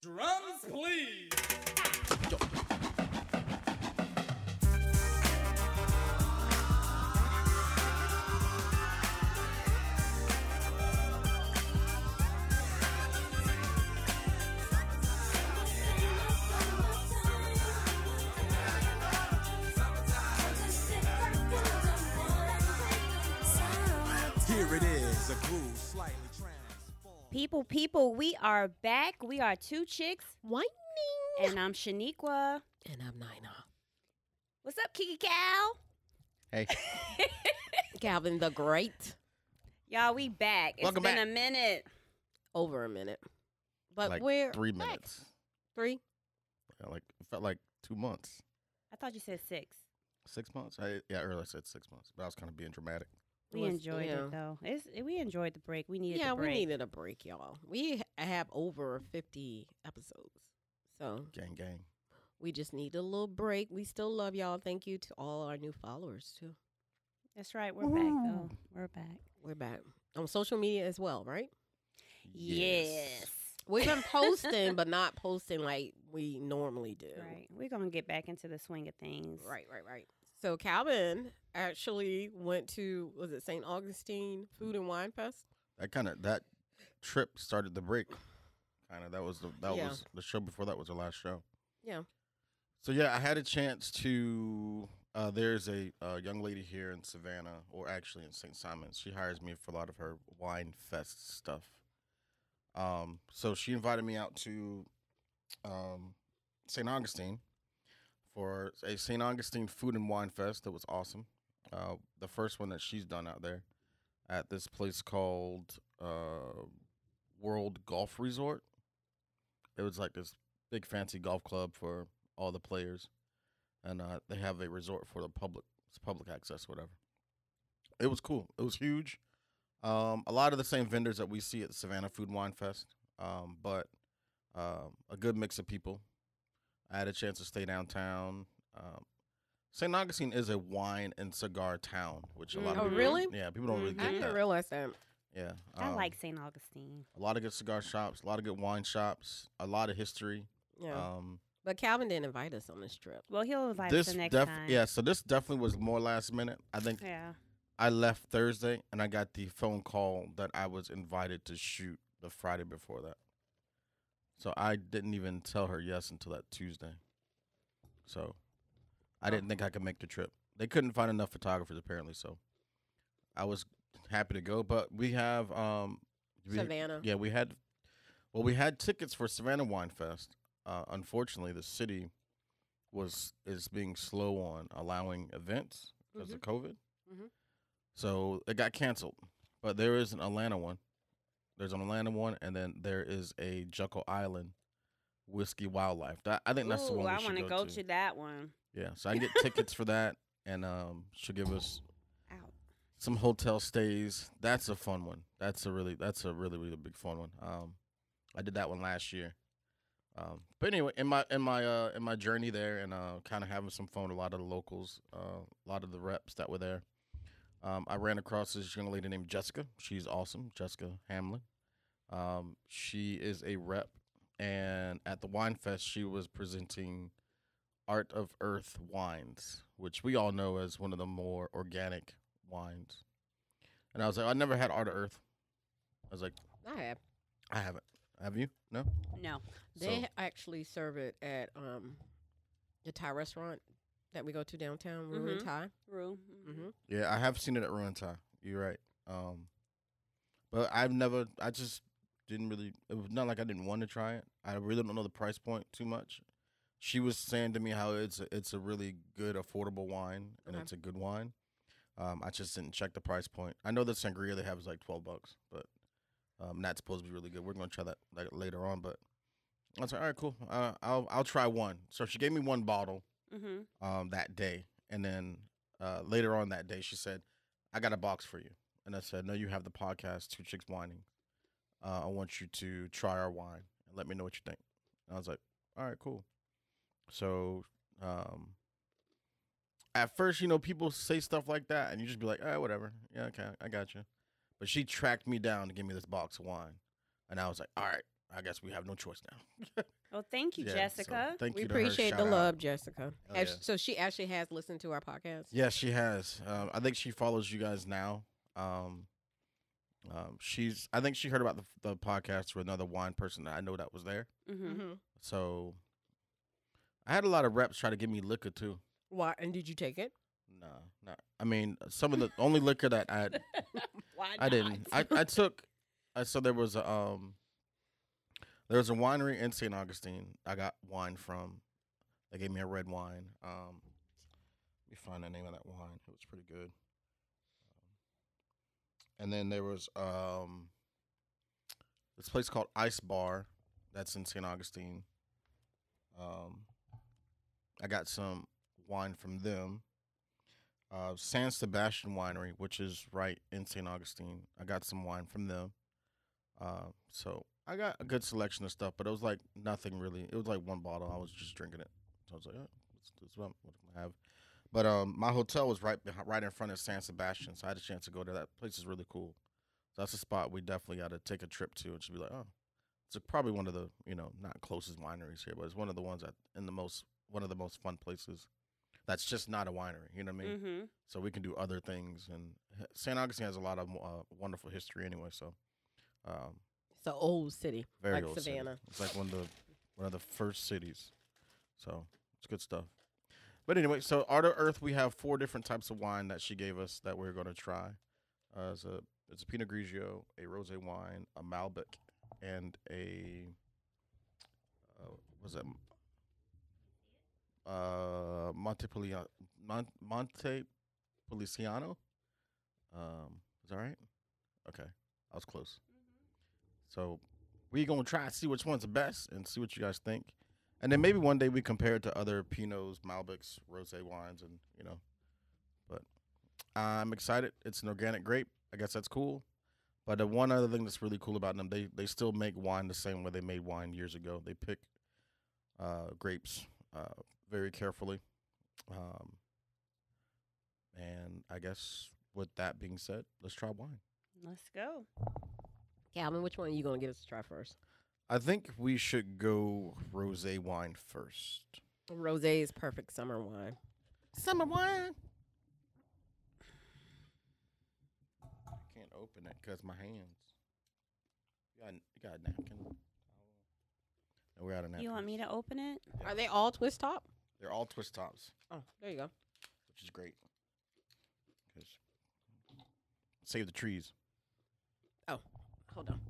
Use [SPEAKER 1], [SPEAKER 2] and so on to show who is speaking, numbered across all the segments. [SPEAKER 1] Drums, please.
[SPEAKER 2] Here it is, a groove slightly transformed.
[SPEAKER 3] People, people, we are back. We are two chicks,
[SPEAKER 4] Whining.
[SPEAKER 3] and I'm Shaniqua.
[SPEAKER 4] And I'm Nina.
[SPEAKER 3] What's up, Kiki Cal?
[SPEAKER 5] Hey,
[SPEAKER 4] Calvin the Great.
[SPEAKER 3] Y'all, we back. It's
[SPEAKER 5] Welcome
[SPEAKER 3] been
[SPEAKER 5] back.
[SPEAKER 3] a minute.
[SPEAKER 4] Over a minute. But
[SPEAKER 5] like
[SPEAKER 4] we're
[SPEAKER 5] three
[SPEAKER 4] back.
[SPEAKER 5] minutes.
[SPEAKER 4] Three.
[SPEAKER 5] Yeah, like it felt like two months,
[SPEAKER 3] I thought you said six.
[SPEAKER 5] six months. I, yeah, earlier I said six months, but I was kind of being dramatic.
[SPEAKER 3] We
[SPEAKER 4] Was-
[SPEAKER 3] enjoyed
[SPEAKER 4] yeah.
[SPEAKER 3] it though. It's we enjoyed the break. We needed
[SPEAKER 4] Yeah,
[SPEAKER 3] the
[SPEAKER 4] we
[SPEAKER 3] break.
[SPEAKER 4] needed a break, y'all. We ha- have over 50 episodes. So
[SPEAKER 5] Gang, gang.
[SPEAKER 4] we just need a little break. We still love y'all. Thank you to all our new followers, too.
[SPEAKER 3] That's right. We're back though. We're back.
[SPEAKER 4] We're back on social media as well, right?
[SPEAKER 3] Yes.
[SPEAKER 4] We've been posting, but not posting like we normally do.
[SPEAKER 3] Right. We're gonna get back into the swing of things.
[SPEAKER 4] Right, right, right. So Calvin actually went to was it St. Augustine Food and Wine Fest?
[SPEAKER 5] That kind of that trip started the break. Kind of that was the that
[SPEAKER 4] Yeah.
[SPEAKER 5] was the show before that was the last show.
[SPEAKER 4] Yeah.
[SPEAKER 5] So yeah, I had a chance to. Uh, there's a uh, young lady here in Savannah, or actually in St. Simons. She hires me for a lot of her wine fest stuff. Um, so she invited me out to um, St. Augustine for a St. Augustine food and wine fest. That was awesome. Uh, the first one that she's done out there at this place called uh, World Golf Resort. It was like this big fancy golf club for all the players, and uh, they have a resort for the public. It's public access, whatever. It was cool. It was huge. Um, a lot of the same vendors that we see at the Savannah Food and Wine Fest, um, but um, a good mix of people. I had a chance to stay downtown. Um, St. Augustine is a wine and cigar town, which a lot
[SPEAKER 4] Oh,
[SPEAKER 5] of people,
[SPEAKER 4] really? Mm-hmm.
[SPEAKER 5] yeah, people don't really
[SPEAKER 3] Mhm.
[SPEAKER 5] get
[SPEAKER 4] I didn't
[SPEAKER 5] that.
[SPEAKER 4] realize that.
[SPEAKER 5] yeah,
[SPEAKER 3] I
[SPEAKER 5] um,
[SPEAKER 3] like St. Augustine.
[SPEAKER 5] a lot of good cigar shops, a lot of good wine shops, a lot of history.
[SPEAKER 4] Yeah.
[SPEAKER 5] Um,
[SPEAKER 4] but Calvin didn't invite us on this trip.
[SPEAKER 3] Well, he'll invite
[SPEAKER 5] this
[SPEAKER 3] us the next
[SPEAKER 5] def-
[SPEAKER 3] time.
[SPEAKER 5] yeah, so this definitely was more last minute. I think
[SPEAKER 3] Yeah.
[SPEAKER 5] I left Thursday and I got the phone call that I was invited to shoot the Friday before that. So I didn't even tell her yes until that Tuesday. So I
[SPEAKER 3] Oh.
[SPEAKER 5] didn't think I could make the trip. They couldn't find enough photographers apparently, so I was happy to go. But we have um we-
[SPEAKER 4] Savannah.
[SPEAKER 5] Yeah, we had well, we had tickets for Savannah Wine Fest. Uh, unfortunately the city was is being slow on allowing events because
[SPEAKER 3] Mm-hmm.
[SPEAKER 5] of COVID. So it got canceled. But there is an Atlanta one. There's an Atlanta one, and then there is a Jekyll Island Whiskey Wildlife. That, I think that's the
[SPEAKER 3] Ooh,
[SPEAKER 5] one we
[SPEAKER 3] I
[SPEAKER 5] should
[SPEAKER 3] wanna
[SPEAKER 5] go,
[SPEAKER 3] go
[SPEAKER 5] to.
[SPEAKER 3] to that one.
[SPEAKER 5] Yeah, so I can get tickets for that, and um, she'll give us
[SPEAKER 3] Out.
[SPEAKER 5] some hotel stays. That's a fun one. That's a really that's a really really big fun one. Um, I did that one last year. Um, but anyway, in my in my uh, in my journey there and uh, kind of having some fun, with a lot of the locals, uh, a lot of the reps that were there. Um, I ran across this young lady named Jessica. She's awesome, Jessica Hamlin. Um, she is a rep, and at the wine fest, she was presenting Art of Earth wines, which we all know as one of the more organic wines. And I was like, "Oh, I never had Art of Earth. I was like,
[SPEAKER 4] I have.
[SPEAKER 5] I haven't. Have you? No.
[SPEAKER 3] No.
[SPEAKER 4] They
[SPEAKER 5] So-
[SPEAKER 4] actually serve it at um the Thai restaurant that we go to downtown. We were in
[SPEAKER 3] Mhm.
[SPEAKER 4] Thai.
[SPEAKER 3] Rue.
[SPEAKER 4] Mm-hmm.
[SPEAKER 5] Yeah, I have seen it at Ruin Thai. You're right. Um, but I've never. I just didn't really. It was not like I didn't want to try it. I really don't know the price point too much. She was saying to me how it's a, it's a really good affordable wine and
[SPEAKER 4] Okay.
[SPEAKER 5] it's a good wine. Um, I just didn't check the price point. I know the sangria they have is like twelve bucks, but um, not supposed to be really good. We're gonna try that like later on, but I was like, all right, cool. Uh, I'll I'll try one. So she gave me one bottle
[SPEAKER 3] Mm-hmm.
[SPEAKER 5] um, that day. And then uh, later on that day, she said, I got a box for you. And I said, No, you have the podcast, Two Chicks Whining. Uh, I want you to try our wine and let me know what you think. And I was like, All right, cool. So um, at first, you know, people say stuff like that and you just be like, All right, whatever. Yeah, okay, I got you. But she tracked me down to give me this box of wine. And I was like, All right, I guess we have no choice now.
[SPEAKER 3] Well, thank you,
[SPEAKER 5] Yeah, so
[SPEAKER 3] Jessica.
[SPEAKER 5] thank
[SPEAKER 4] we
[SPEAKER 5] you. to her.
[SPEAKER 4] appreciate the
[SPEAKER 5] Shout out.
[SPEAKER 4] love, Jessica.
[SPEAKER 5] Hell
[SPEAKER 4] Actu-
[SPEAKER 5] yeah.
[SPEAKER 4] So she actually has listened to our podcast.
[SPEAKER 5] Yeah, she has. Um, I think she follows you guys now. Um, um, she's. I think she heard about the, the podcast with another wine person that I know that was there.
[SPEAKER 3] hmm
[SPEAKER 4] Mm-hmm.
[SPEAKER 5] So I had a lot of reps try to give me liquor too.
[SPEAKER 4] Why? And did you take it?
[SPEAKER 5] Nah, not. I mean, some of the only liquor that I
[SPEAKER 4] Why?
[SPEAKER 5] I didn't. I, I took. I so there was a um. There was a winery in St. Augustine. I got wine from. They gave me a red wine. Um, let me find the name of that wine. It was pretty good. And then there was um. This place called Ice Bar, that's in St. Augustine. Um, I got some wine from them uh, San Sebastian Winery, which is right in St. Augustine. I got some wine from them. Uh, so I got a good selection of stuff, but it was like nothing really. It was like one bottle. I was just drinking it. So I was like, oh, this, this is what I'm, what I'm gonna have. But um, my hotel was right behind, right in front of San Sebastian, so I had a chance to go there. That place is really cool. So that's a spot we definitely got to take a trip to. And should be like, oh, it's probably one of the you know not closest wineries here, but it's one of the ones that in the most one of the most fun places. That's just not a winery. You know what I mean?
[SPEAKER 3] hmm
[SPEAKER 5] so we can do other things. And h- St. Augustine has a lot of uh, wonderful history anyway. So, um,
[SPEAKER 4] It's an old city.
[SPEAKER 5] very
[SPEAKER 4] Like
[SPEAKER 5] old city.
[SPEAKER 4] Savannah.
[SPEAKER 5] It's like one of the one of the first cities. So it's good stuff. But anyway, so Art of Earth, we have four different types of wine that she gave us that we're going to try. Uh, it's a it's a Pinot Grigio, a rosé wine, a Malbec, and a uh, was that uh Montepulciano Mon- Montepulciano? Um, is that right? Okay, I was close. So we gonna try and see which one's the best and see what you guys think. And then maybe one day we compare it to other Pinots, Malbecs, Rosé wines, and you know. But I'm excited. It's an organic grape. I guess that's cool. But the one other thing that's really cool about them, they they still make wine the same way they made wine years ago. They pick uh, grapes uh, very carefully. Um, and I guess with that being said, let's try wine.
[SPEAKER 3] Let's go.
[SPEAKER 4] Calvin, which one are you gonna get us to try first?
[SPEAKER 5] I think we should go rosé wine first.
[SPEAKER 4] Rosé is perfect summer wine.
[SPEAKER 5] Summer wine. I can't open it because my hands. You got, you got a napkin? No, we're out of napkins.
[SPEAKER 3] You want me to open it?
[SPEAKER 4] Are they all twist top?
[SPEAKER 5] They're all twist tops,
[SPEAKER 4] Oh, there you go.
[SPEAKER 5] which is great. 'Cause- save the trees.
[SPEAKER 4] Hold on.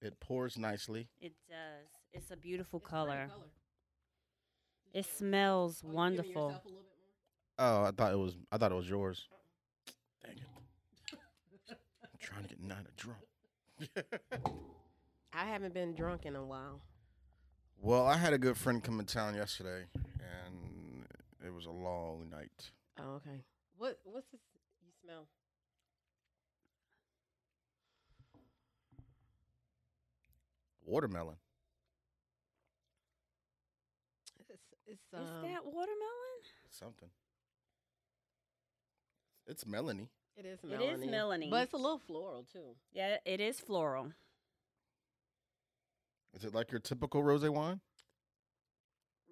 [SPEAKER 5] It pours nicely.
[SPEAKER 3] It does. It's a beautiful color. It smells wonderful.
[SPEAKER 5] Oh, I thought it was. I thought it was yours. Dang it! I'm trying to get Nina drunk.
[SPEAKER 4] I haven't been drunk in a while.
[SPEAKER 5] Well, I had a good friend come in town yesterday, and it was a long night.
[SPEAKER 4] Oh, okay. What what's this you smell?
[SPEAKER 5] Watermelon.
[SPEAKER 4] It's it's um,
[SPEAKER 3] Is that watermelon?
[SPEAKER 5] Something. It's Melanie.
[SPEAKER 4] it is
[SPEAKER 3] It is
[SPEAKER 4] melony.
[SPEAKER 3] melony.
[SPEAKER 4] But it's a little floral too.
[SPEAKER 3] Yeah, it is floral.
[SPEAKER 5] Is it like your typical rosé wine?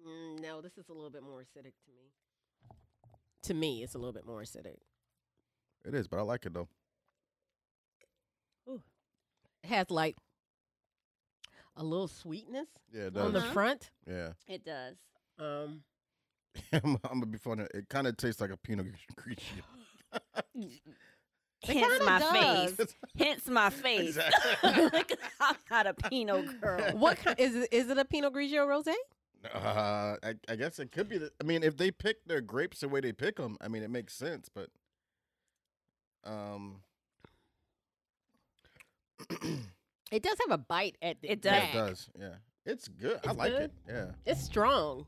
[SPEAKER 4] Mm, no, this is a little bit more acidic to me. To me, it's a little bit more acidic.
[SPEAKER 5] It is, but I like it though.
[SPEAKER 4] It has like a little sweetness
[SPEAKER 5] Yeah, it
[SPEAKER 4] on
[SPEAKER 5] does.
[SPEAKER 4] the
[SPEAKER 3] Uh-huh.
[SPEAKER 4] front.
[SPEAKER 5] Yeah,
[SPEAKER 3] It does.
[SPEAKER 4] Um,
[SPEAKER 5] I'm, I'm gonna be funny. It kind of tastes like a Pinot Grigio.
[SPEAKER 3] Hence
[SPEAKER 4] kinda
[SPEAKER 3] my
[SPEAKER 4] does.
[SPEAKER 3] face. Hence my face.
[SPEAKER 5] Exactly.
[SPEAKER 3] 'Cause I'm not a Pinot girl.
[SPEAKER 4] what kind is it, is it a Pinot Grigio rosé?
[SPEAKER 5] Uh, I, I guess it could be. The, I mean, if they pick their grapes the way they pick them, I mean, it makes sense. But, um,
[SPEAKER 4] It does have a bite at the
[SPEAKER 3] It
[SPEAKER 5] yeah,
[SPEAKER 4] back.
[SPEAKER 5] it does. Yeah, it's good. I
[SPEAKER 4] It's
[SPEAKER 5] like
[SPEAKER 4] good?
[SPEAKER 5] it. Yeah.
[SPEAKER 4] It's strong.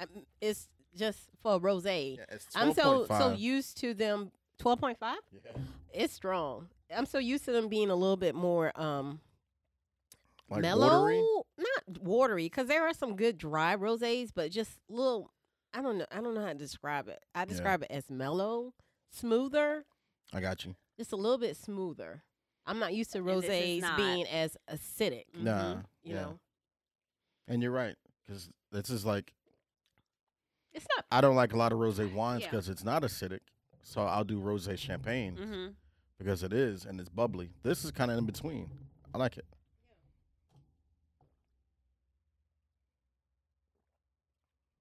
[SPEAKER 4] Um, It's just for rosé.
[SPEAKER 5] Yeah, it's
[SPEAKER 4] I'm so so
[SPEAKER 5] 12.5.
[SPEAKER 4] used to them 12.5.
[SPEAKER 5] Yeah.
[SPEAKER 4] It's strong. I'm so used to them being a little bit more um
[SPEAKER 5] Like
[SPEAKER 4] mellow,
[SPEAKER 5] watery?
[SPEAKER 4] not watery, because there are some good dry rosés, but just little. I don't know. I don't know how to describe it. I describe it as mellow, smoother,
[SPEAKER 5] I got you.
[SPEAKER 4] just a little bit smoother. I'm not used to
[SPEAKER 3] And this is
[SPEAKER 4] rosés
[SPEAKER 3] not.
[SPEAKER 4] being as acidic.
[SPEAKER 3] Mhm.
[SPEAKER 5] Nah.
[SPEAKER 4] You
[SPEAKER 5] yeah.
[SPEAKER 4] know,
[SPEAKER 5] And you're right. Because this is like,
[SPEAKER 4] it's not.
[SPEAKER 5] I don't like a lot of rose wines
[SPEAKER 3] Yeah.
[SPEAKER 5] because it's not acidic. So I'll do rose champagne
[SPEAKER 3] Mm-hmm.
[SPEAKER 5] because it is and it's bubbly. This is kind of in between. I like it.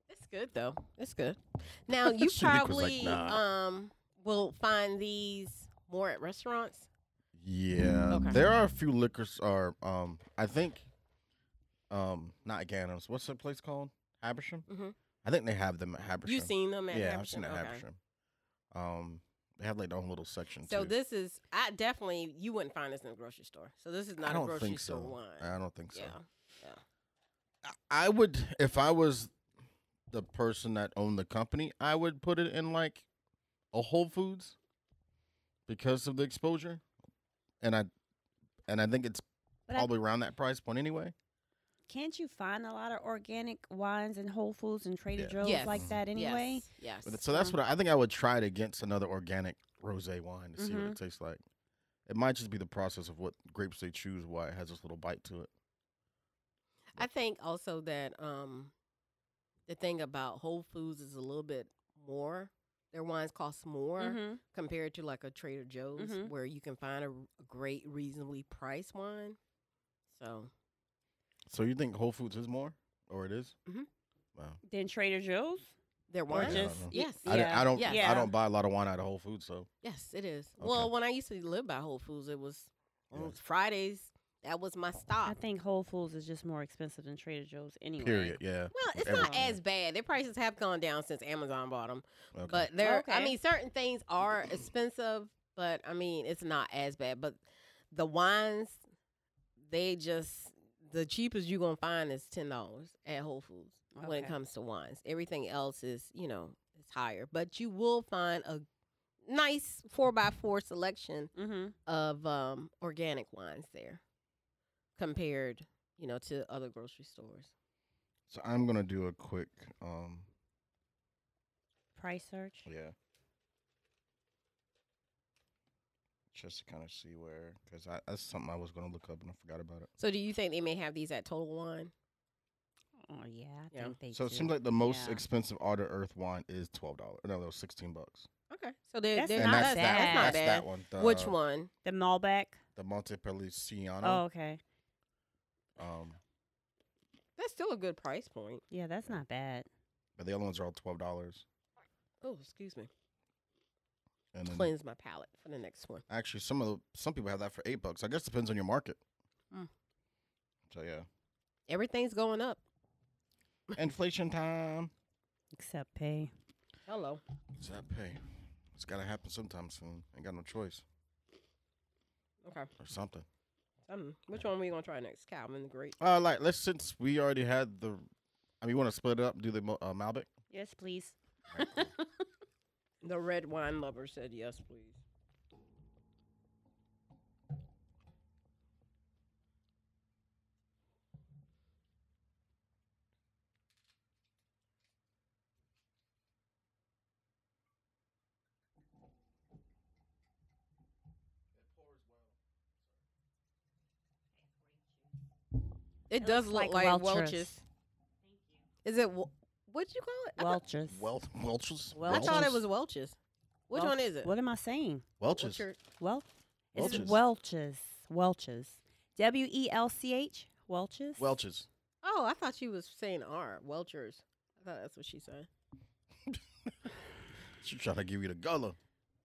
[SPEAKER 4] It's good though. It's good. Now you
[SPEAKER 5] Shanique was
[SPEAKER 4] probably
[SPEAKER 5] like, "Nah."
[SPEAKER 4] um will find these more at restaurants.
[SPEAKER 5] Yeah.
[SPEAKER 4] Okay.
[SPEAKER 5] There are a few liquors are um I think um not Gannon's. What's the place called? Habersham?
[SPEAKER 4] Mhm.
[SPEAKER 5] I think they have them at Habersham.
[SPEAKER 4] You've seen them at
[SPEAKER 5] yeah,
[SPEAKER 4] Habersham?
[SPEAKER 5] I've seen it
[SPEAKER 4] Okay.
[SPEAKER 5] at Habersham. Um they have like their own little section
[SPEAKER 4] So
[SPEAKER 5] too.
[SPEAKER 4] this is I definitely you wouldn't find this in a grocery store. So this is not
[SPEAKER 5] I don't
[SPEAKER 4] a grocery
[SPEAKER 5] think so.
[SPEAKER 4] store wine.
[SPEAKER 5] I don't think so.
[SPEAKER 4] yeah.
[SPEAKER 5] I would if I was the person that owned the company, I would put it in like a Whole Foods because of the exposure. And I and I think it's
[SPEAKER 3] But I-
[SPEAKER 5] probably around that price point anyway.
[SPEAKER 3] Can't you find a lot of organic wines in Whole Foods and Trader
[SPEAKER 5] Yeah.
[SPEAKER 3] Joe's
[SPEAKER 4] Yes.
[SPEAKER 3] like that anyway?
[SPEAKER 4] Yes.
[SPEAKER 5] But
[SPEAKER 4] yes.
[SPEAKER 5] So that's
[SPEAKER 3] Mm.
[SPEAKER 5] what I, I think I would try it against another organic rosé wine to see what
[SPEAKER 3] Mm-hmm.
[SPEAKER 5] it tastes like. It might just be the process of what grapes they choose why it has this little bite to it.
[SPEAKER 4] I think also that um the thing about Whole Foods is a little bit more. Their wines cost more
[SPEAKER 3] Mm-hmm.
[SPEAKER 4] compared to like a Trader Joe's
[SPEAKER 3] Mhm.
[SPEAKER 4] where you can find a, r- a great reasonably priced wine. So
[SPEAKER 5] So you think Whole Foods is more or it is?
[SPEAKER 3] Mm-hmm.
[SPEAKER 4] Mhm.
[SPEAKER 5] Wow.
[SPEAKER 3] Then Trader Joe's.
[SPEAKER 4] their
[SPEAKER 3] Or
[SPEAKER 4] wine.
[SPEAKER 3] just
[SPEAKER 5] I don't know.
[SPEAKER 4] yes.
[SPEAKER 5] I, di-
[SPEAKER 3] Yeah.
[SPEAKER 5] I don't
[SPEAKER 4] Yeah.
[SPEAKER 5] I don't buy a lot of wine out of Whole Foods, so
[SPEAKER 4] Yes, it is.
[SPEAKER 5] Okay.
[SPEAKER 4] Well, when I used to live by Whole Foods, it was on
[SPEAKER 5] Yeah.
[SPEAKER 4] Fridays. That was my stop.
[SPEAKER 3] I think Whole Foods is just more expensive than Trader Joe's anyway.
[SPEAKER 5] period, yeah.
[SPEAKER 4] well, it's not
[SPEAKER 5] everything.
[SPEAKER 4] as bad. Their prices have gone down since Amazon bought them,
[SPEAKER 5] Okay.
[SPEAKER 4] but they're. I
[SPEAKER 3] Okay.
[SPEAKER 4] mean, certain things are expensive, but I mean, it's not as bad. But the wines, they just the cheapest you're gonna find is ten dollars at Whole Foods when it
[SPEAKER 3] Okay.
[SPEAKER 4] comes to wines. Everything else is, you know, it's higher, but you will find a nice four by four selection
[SPEAKER 3] Mm-hmm.
[SPEAKER 4] of um, organic wines there compared, you know, to other grocery stores.
[SPEAKER 5] So I'm gonna do a quick um
[SPEAKER 3] Price search.
[SPEAKER 5] yeah. Just to kind of see where, because that's something I was gonna look up and I forgot about it.
[SPEAKER 4] So do you think they may have these at Total Wine?
[SPEAKER 3] Oh yeah, I
[SPEAKER 4] Yeah.
[SPEAKER 3] think they.
[SPEAKER 5] So it
[SPEAKER 3] do.
[SPEAKER 5] seems like the most
[SPEAKER 3] Yeah.
[SPEAKER 5] expensive Auto Earth wine is twelve dollars. No, that was sixteen bucks.
[SPEAKER 4] Okay. So they're,
[SPEAKER 3] That's
[SPEAKER 4] they're
[SPEAKER 3] not
[SPEAKER 4] not that's,
[SPEAKER 5] that's
[SPEAKER 3] bad.
[SPEAKER 4] that's not
[SPEAKER 5] That's
[SPEAKER 4] bad. Uh,
[SPEAKER 5] that one. The,
[SPEAKER 4] Which one?
[SPEAKER 3] the Malbec.
[SPEAKER 5] The Montepulciano.
[SPEAKER 3] Oh okay.
[SPEAKER 5] Um,
[SPEAKER 4] That's still a good price point.
[SPEAKER 3] Yeah, that's not bad.
[SPEAKER 5] but the other ones are all twelve dollars.
[SPEAKER 4] Oh, excuse me.
[SPEAKER 5] And then
[SPEAKER 4] Cleanse my palate for the next one.
[SPEAKER 5] actually, some of the some people have that for eight bucks. I guess depends on your market.
[SPEAKER 4] Mm.
[SPEAKER 5] So yeah,
[SPEAKER 4] Everything's going up.
[SPEAKER 5] inflation time.
[SPEAKER 3] Except pay.
[SPEAKER 4] Hello.
[SPEAKER 5] What's that pay? It's gotta happen sometime soon. Ain't got no choice
[SPEAKER 4] Okay.
[SPEAKER 5] or something.
[SPEAKER 4] Um, which one are we gonna try next? Calvin the Great.
[SPEAKER 5] Uh, like let's since we already had the, I mean, you want to split it up and do the Mo- uh, Malbec?
[SPEAKER 3] Yes, please.
[SPEAKER 4] The red wine lover said yes, please. It, does look
[SPEAKER 3] looks
[SPEAKER 4] like, Welch's. Is it Wel- what'd you call it? I thought-
[SPEAKER 3] Welch's.
[SPEAKER 5] Wel- Welch's.
[SPEAKER 3] Wel-
[SPEAKER 4] I thought it
[SPEAKER 5] Welch's?
[SPEAKER 4] was Welch's. Which
[SPEAKER 3] Wel-
[SPEAKER 4] one is it?
[SPEAKER 3] What am I saying?
[SPEAKER 4] What's
[SPEAKER 5] Welch's.
[SPEAKER 4] your-
[SPEAKER 3] Well, it's
[SPEAKER 5] Welch's.
[SPEAKER 3] Welch's. Welch's. W e l c h. Welch's.
[SPEAKER 5] Welch's.
[SPEAKER 4] Oh, I thought she was saying R. Welchers. I thought that's what she said.
[SPEAKER 5] She trying to give you the gullah.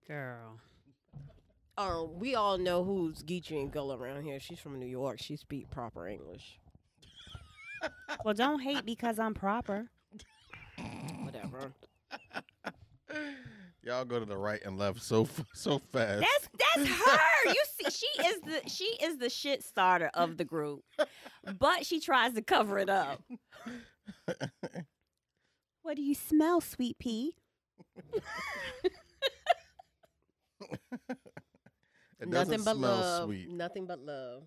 [SPEAKER 3] Girl.
[SPEAKER 4] Um, we all know who's Geechee and Gull around here. She's from New York. She speak proper English.
[SPEAKER 3] Well, don't hate because I'm proper.
[SPEAKER 4] Whatever.
[SPEAKER 5] Y'all go to the right and left so f- so fast.
[SPEAKER 3] That's that's her. You see, she is the she is the shit starter of the group, but she tries to cover it up. What do you smell, sweet pea?
[SPEAKER 5] it doesn't
[SPEAKER 4] Nothing but
[SPEAKER 5] smell
[SPEAKER 4] love.
[SPEAKER 5] sweet.
[SPEAKER 4] Nothing but love.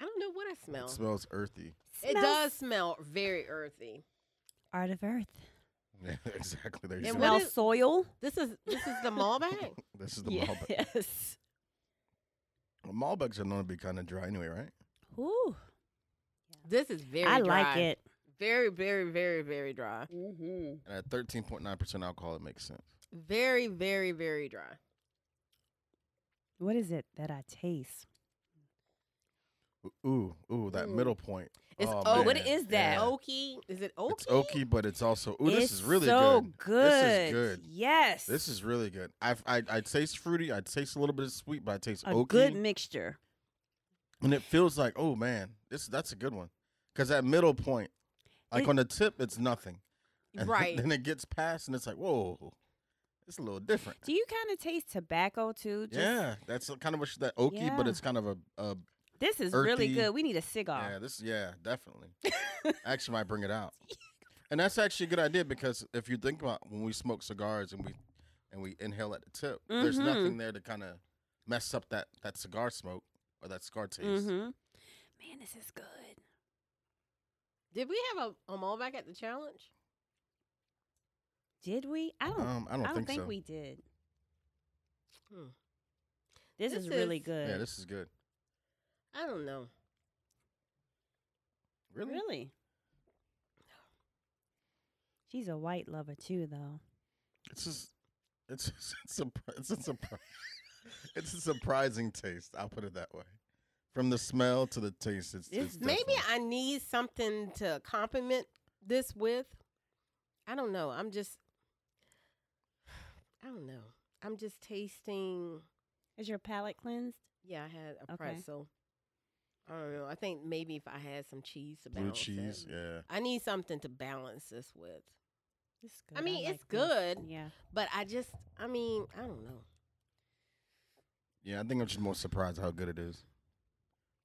[SPEAKER 4] I don't know what I smell.
[SPEAKER 5] It smells earthy.
[SPEAKER 4] It does smell very earthy.
[SPEAKER 3] Art of Earth.
[SPEAKER 5] Yeah, exactly. There
[SPEAKER 4] And
[SPEAKER 5] you
[SPEAKER 3] It
[SPEAKER 5] go.
[SPEAKER 4] what
[SPEAKER 3] smells
[SPEAKER 4] is-
[SPEAKER 3] soil.
[SPEAKER 4] This is this is the Malbec.
[SPEAKER 5] This is the
[SPEAKER 3] yes.
[SPEAKER 5] Malbec. Well, Malbecs are known to be kind of dry anyway, right?
[SPEAKER 3] Ooh,
[SPEAKER 4] This is very.
[SPEAKER 3] I like
[SPEAKER 4] dry.
[SPEAKER 3] it.
[SPEAKER 4] Very, very, very, very dry.
[SPEAKER 3] Mm-hmm.
[SPEAKER 5] And at 13.9% alcohol, it makes sense.
[SPEAKER 4] Very, very, very dry.
[SPEAKER 1] What is it that I taste?
[SPEAKER 5] Ooh, ooh, that
[SPEAKER 4] Ooh.
[SPEAKER 5] middle point.
[SPEAKER 4] It's
[SPEAKER 5] oh,
[SPEAKER 4] oak.
[SPEAKER 3] What
[SPEAKER 5] man.
[SPEAKER 3] is that?
[SPEAKER 5] Yeah.
[SPEAKER 4] Oaky. Is it oaky?
[SPEAKER 5] It's oaky, but it's also ooh. This
[SPEAKER 1] It's
[SPEAKER 5] is really
[SPEAKER 1] so
[SPEAKER 5] good.
[SPEAKER 1] good.
[SPEAKER 5] This is good.
[SPEAKER 1] Yes.
[SPEAKER 5] This is really good. I, I I taste fruity. I taste a little bit of sweet, but I taste
[SPEAKER 3] A
[SPEAKER 5] oaky,
[SPEAKER 3] good mixture.
[SPEAKER 5] and it feels like oh man, this that's a good one. Because that middle point, like
[SPEAKER 3] It-
[SPEAKER 5] on the tip, it's nothing. And
[SPEAKER 4] Right.
[SPEAKER 5] Then it gets past, and it's like whoa, it's a little different.
[SPEAKER 1] Do you kind of taste tobacco too? Just-
[SPEAKER 5] yeah, that's kind of what she- that oaky, but
[SPEAKER 1] Yeah.
[SPEAKER 5] it's kind of a, a
[SPEAKER 3] This is
[SPEAKER 5] Earthy.
[SPEAKER 3] really good. We need a cigar.
[SPEAKER 5] yeah. This yeah, definitely. actually, might bring it out, and that's actually a good idea because if you think about when we smoke cigars and we and we inhale at the tip, there's
[SPEAKER 3] Mhm.
[SPEAKER 4] Mm-hmm.
[SPEAKER 5] nothing there to kind of mess up that that cigar smoke or that cigar taste.
[SPEAKER 3] Mm-hmm. Man, this is good.
[SPEAKER 4] Did we have a, a Malbec at the challenge?
[SPEAKER 3] Did we? I don't.
[SPEAKER 5] Um, I don't,
[SPEAKER 3] I don't
[SPEAKER 5] think,
[SPEAKER 3] think,
[SPEAKER 5] so.
[SPEAKER 3] we did.
[SPEAKER 4] Hmm.
[SPEAKER 3] This,
[SPEAKER 4] This
[SPEAKER 3] is, really
[SPEAKER 4] is-
[SPEAKER 3] good.
[SPEAKER 5] Yeah, this is good.
[SPEAKER 4] I don't know.
[SPEAKER 5] Really?
[SPEAKER 3] Really?
[SPEAKER 1] She's a white lover too, though.
[SPEAKER 5] It's just it's just, it's a surpri- it's a surprise. it's a surprising taste. I'll put it that way. From the smell to the taste, it's,
[SPEAKER 3] This-
[SPEAKER 5] it's
[SPEAKER 4] Maybe
[SPEAKER 5] definitely-
[SPEAKER 4] I need something to complement this with. I don't know. I'm just. I don't know. I'm just tasting.
[SPEAKER 3] Is your palate cleansed?
[SPEAKER 4] Yeah, I had a
[SPEAKER 3] Okay.
[SPEAKER 4] pretzel. I don't know. I think maybe if I had some cheese to
[SPEAKER 5] blue
[SPEAKER 4] balance
[SPEAKER 5] cheese.
[SPEAKER 4] it.
[SPEAKER 5] Yeah,
[SPEAKER 4] I need something to balance this with.
[SPEAKER 3] This is
[SPEAKER 4] I mean, it's
[SPEAKER 3] like this.
[SPEAKER 4] good,
[SPEAKER 3] Yeah.
[SPEAKER 4] but I just, I mean, I don't know.
[SPEAKER 5] yeah. I think I'm just more surprised how good it is.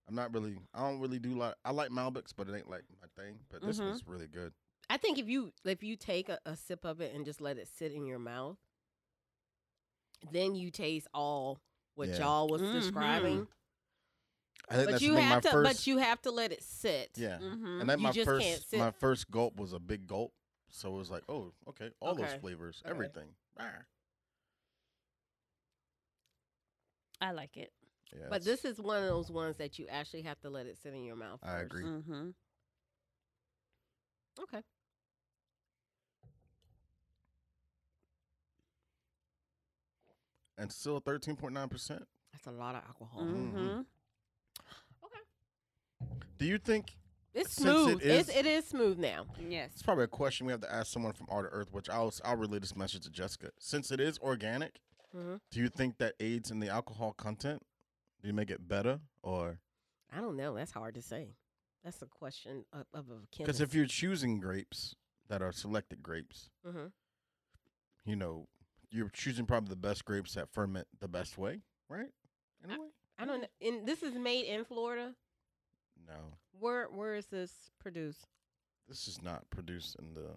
[SPEAKER 5] I'm not really. I don't really do like. I like Malbecs, but it ain't like my thing. But this
[SPEAKER 3] Mhm.
[SPEAKER 4] Mm-hmm.
[SPEAKER 5] one's really good.
[SPEAKER 4] I think if you if you take a, a sip of it and just let it sit in your mouth, then you taste all what
[SPEAKER 5] Yeah.
[SPEAKER 4] y'all was
[SPEAKER 3] Mhm.
[SPEAKER 4] describing.
[SPEAKER 5] I think
[SPEAKER 4] But
[SPEAKER 5] that's
[SPEAKER 4] you
[SPEAKER 5] been my
[SPEAKER 4] have to,
[SPEAKER 5] first.
[SPEAKER 4] but you have to let it sit.
[SPEAKER 5] yeah,
[SPEAKER 3] Mm-hmm.
[SPEAKER 5] and that
[SPEAKER 4] You
[SPEAKER 5] my
[SPEAKER 4] just
[SPEAKER 5] first
[SPEAKER 4] can't sit-
[SPEAKER 5] my first gulp was a big gulp. So it was like, oh, okay, all those
[SPEAKER 4] Okay.
[SPEAKER 5] flavors,
[SPEAKER 4] Okay.
[SPEAKER 5] everything. Ah.
[SPEAKER 3] I like it.
[SPEAKER 5] Yeah,
[SPEAKER 4] But
[SPEAKER 5] it's-
[SPEAKER 4] this is one of those ones that you actually have to let it sit in your mouth.
[SPEAKER 5] I
[SPEAKER 4] first.
[SPEAKER 5] agree.
[SPEAKER 3] Mm-hmm.
[SPEAKER 4] Okay.
[SPEAKER 5] and still 13.9 percent.
[SPEAKER 4] That's a lot of alcohol.
[SPEAKER 5] Mhm.
[SPEAKER 3] Mm-hmm.
[SPEAKER 5] Do you think
[SPEAKER 4] It's
[SPEAKER 5] Since it
[SPEAKER 4] smooth. it's,
[SPEAKER 5] is-
[SPEAKER 4] it is smooth now.
[SPEAKER 5] it's
[SPEAKER 3] Yes.
[SPEAKER 5] probably a question we have to ask someone from Art of Earth, which I'll I'll relay this message to Jessica. Since it is organic,
[SPEAKER 4] Mhm.
[SPEAKER 5] do you think that aids in the alcohol content? Do you make it better or
[SPEAKER 4] I don't know. That's hard to say. That's a question of, of a
[SPEAKER 5] because
[SPEAKER 4] chemist.
[SPEAKER 5] if you're choosing grapes that are selected grapes,
[SPEAKER 4] hmm
[SPEAKER 5] you know you're choosing probably the best grapes that ferment the best way, right? In a way,
[SPEAKER 4] I don't know. And this is made in Florida.
[SPEAKER 5] no,
[SPEAKER 4] Where where is this produced?
[SPEAKER 5] this is not produced in the.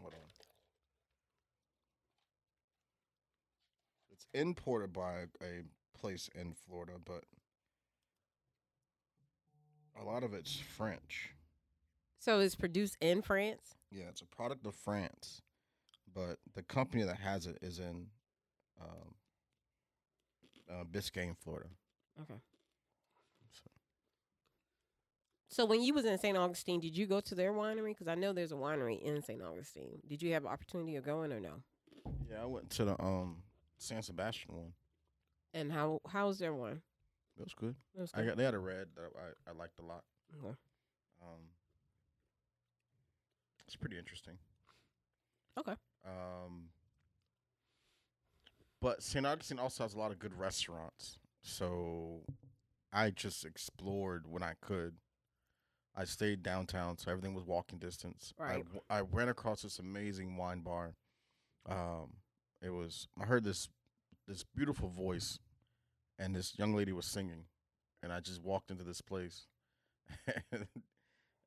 [SPEAKER 5] Hold on. It's imported by a place in Florida, but a lot of it's French.
[SPEAKER 4] So it's produced in France.
[SPEAKER 5] Yeah, it's a product of France, but the company that has it is in um, uh, Biscayne, Florida.
[SPEAKER 4] Okay.
[SPEAKER 5] So-
[SPEAKER 4] So when you was in St. Augustine, did you go to their winery? Because I know there's a winery in St. Augustine. Did you have an opportunity of going or no?
[SPEAKER 5] Yeah, I went to the um, San Sebastian one.
[SPEAKER 4] And how how's their wine?
[SPEAKER 5] That was good.
[SPEAKER 4] It was
[SPEAKER 5] I
[SPEAKER 4] good.
[SPEAKER 5] got they had a red that I, I liked a lot.
[SPEAKER 4] Okay.
[SPEAKER 5] Um, it's pretty interesting.
[SPEAKER 4] Okay.
[SPEAKER 5] Um, but St. Augustine also has a lot of good restaurants. So I just explored when I could. I stayed downtown, so everything was walking distance. I
[SPEAKER 4] Right.
[SPEAKER 5] w- I, ran across this amazing wine bar. Um, it was I heard this this beautiful voice, and this young lady was singing, and I just walked into this place.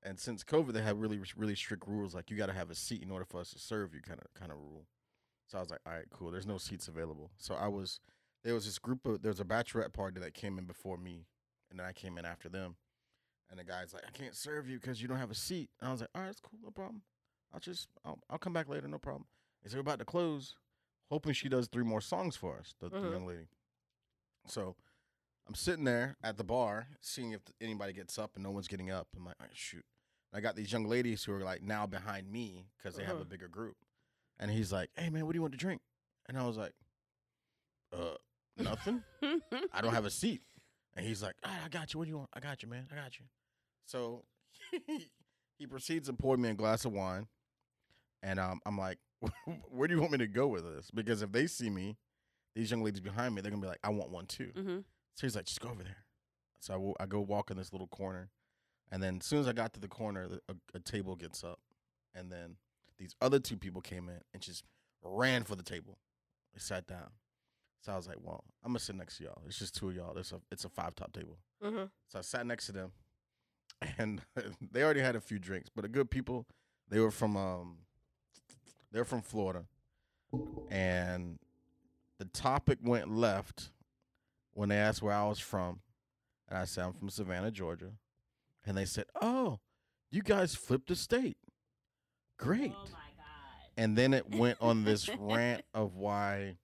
[SPEAKER 5] and since COVID, they had really really strict rules, like you got to have a seat in order for us to serve you, kind of kind of rule. So I was like, all right, cool. There's no seats available. So I was there was this group of there was a bachelorette party that came in before me, and then I came in after them. And the guy's like, I can't serve you because you don't have a seat. And I was like, all right, it's cool, no problem. I'll just, I'll, I'll come back later, no problem. He said, we're about to close. Hoping she does three more songs for us, the, the
[SPEAKER 4] Mhm.
[SPEAKER 5] young lady. So I'm sitting there at the bar, seeing if anybody gets up, and no one's getting up. I'm like, "Ah, shoot. And I got these young ladies who are like now behind me because they have a
[SPEAKER 4] Mhm.
[SPEAKER 5] bigger group. And he's like, hey, man, what do you want to drink? And I was like, uh, nothing.
[SPEAKER 1] Mm-hmm.
[SPEAKER 5] I don't have a seat. And he's like, "All right, I got you. What do you want? I got you, man. I got you. So he proceeds to pour me a glass of wine. And um, I'm like, where do you want me to go with this? Because if they see me, these young ladies behind me, they're going to be like, I want one too.
[SPEAKER 3] Mm-hmm.
[SPEAKER 5] So he's like, just go over there. So I wa- I go walk in this little corner. And then as soon as I got to the corner, the, a, a table gets up. And then these other two people came in and just ran for the table. They sat down. So I was like, well, I'm going to sit next to y'all. It's just two of y'all. It's a, it's a five top table.
[SPEAKER 4] Mm-hmm.
[SPEAKER 5] So I sat next to them, and they already had a few drinks, but the good people, they were from um, they're from Florida, and the topic went left when they asked where I was from, and I said I'm from Savannah, Georgia, and they said, "Oh, you guys flipped the state, great."
[SPEAKER 3] Oh my god.
[SPEAKER 5] and then it went on this rant of why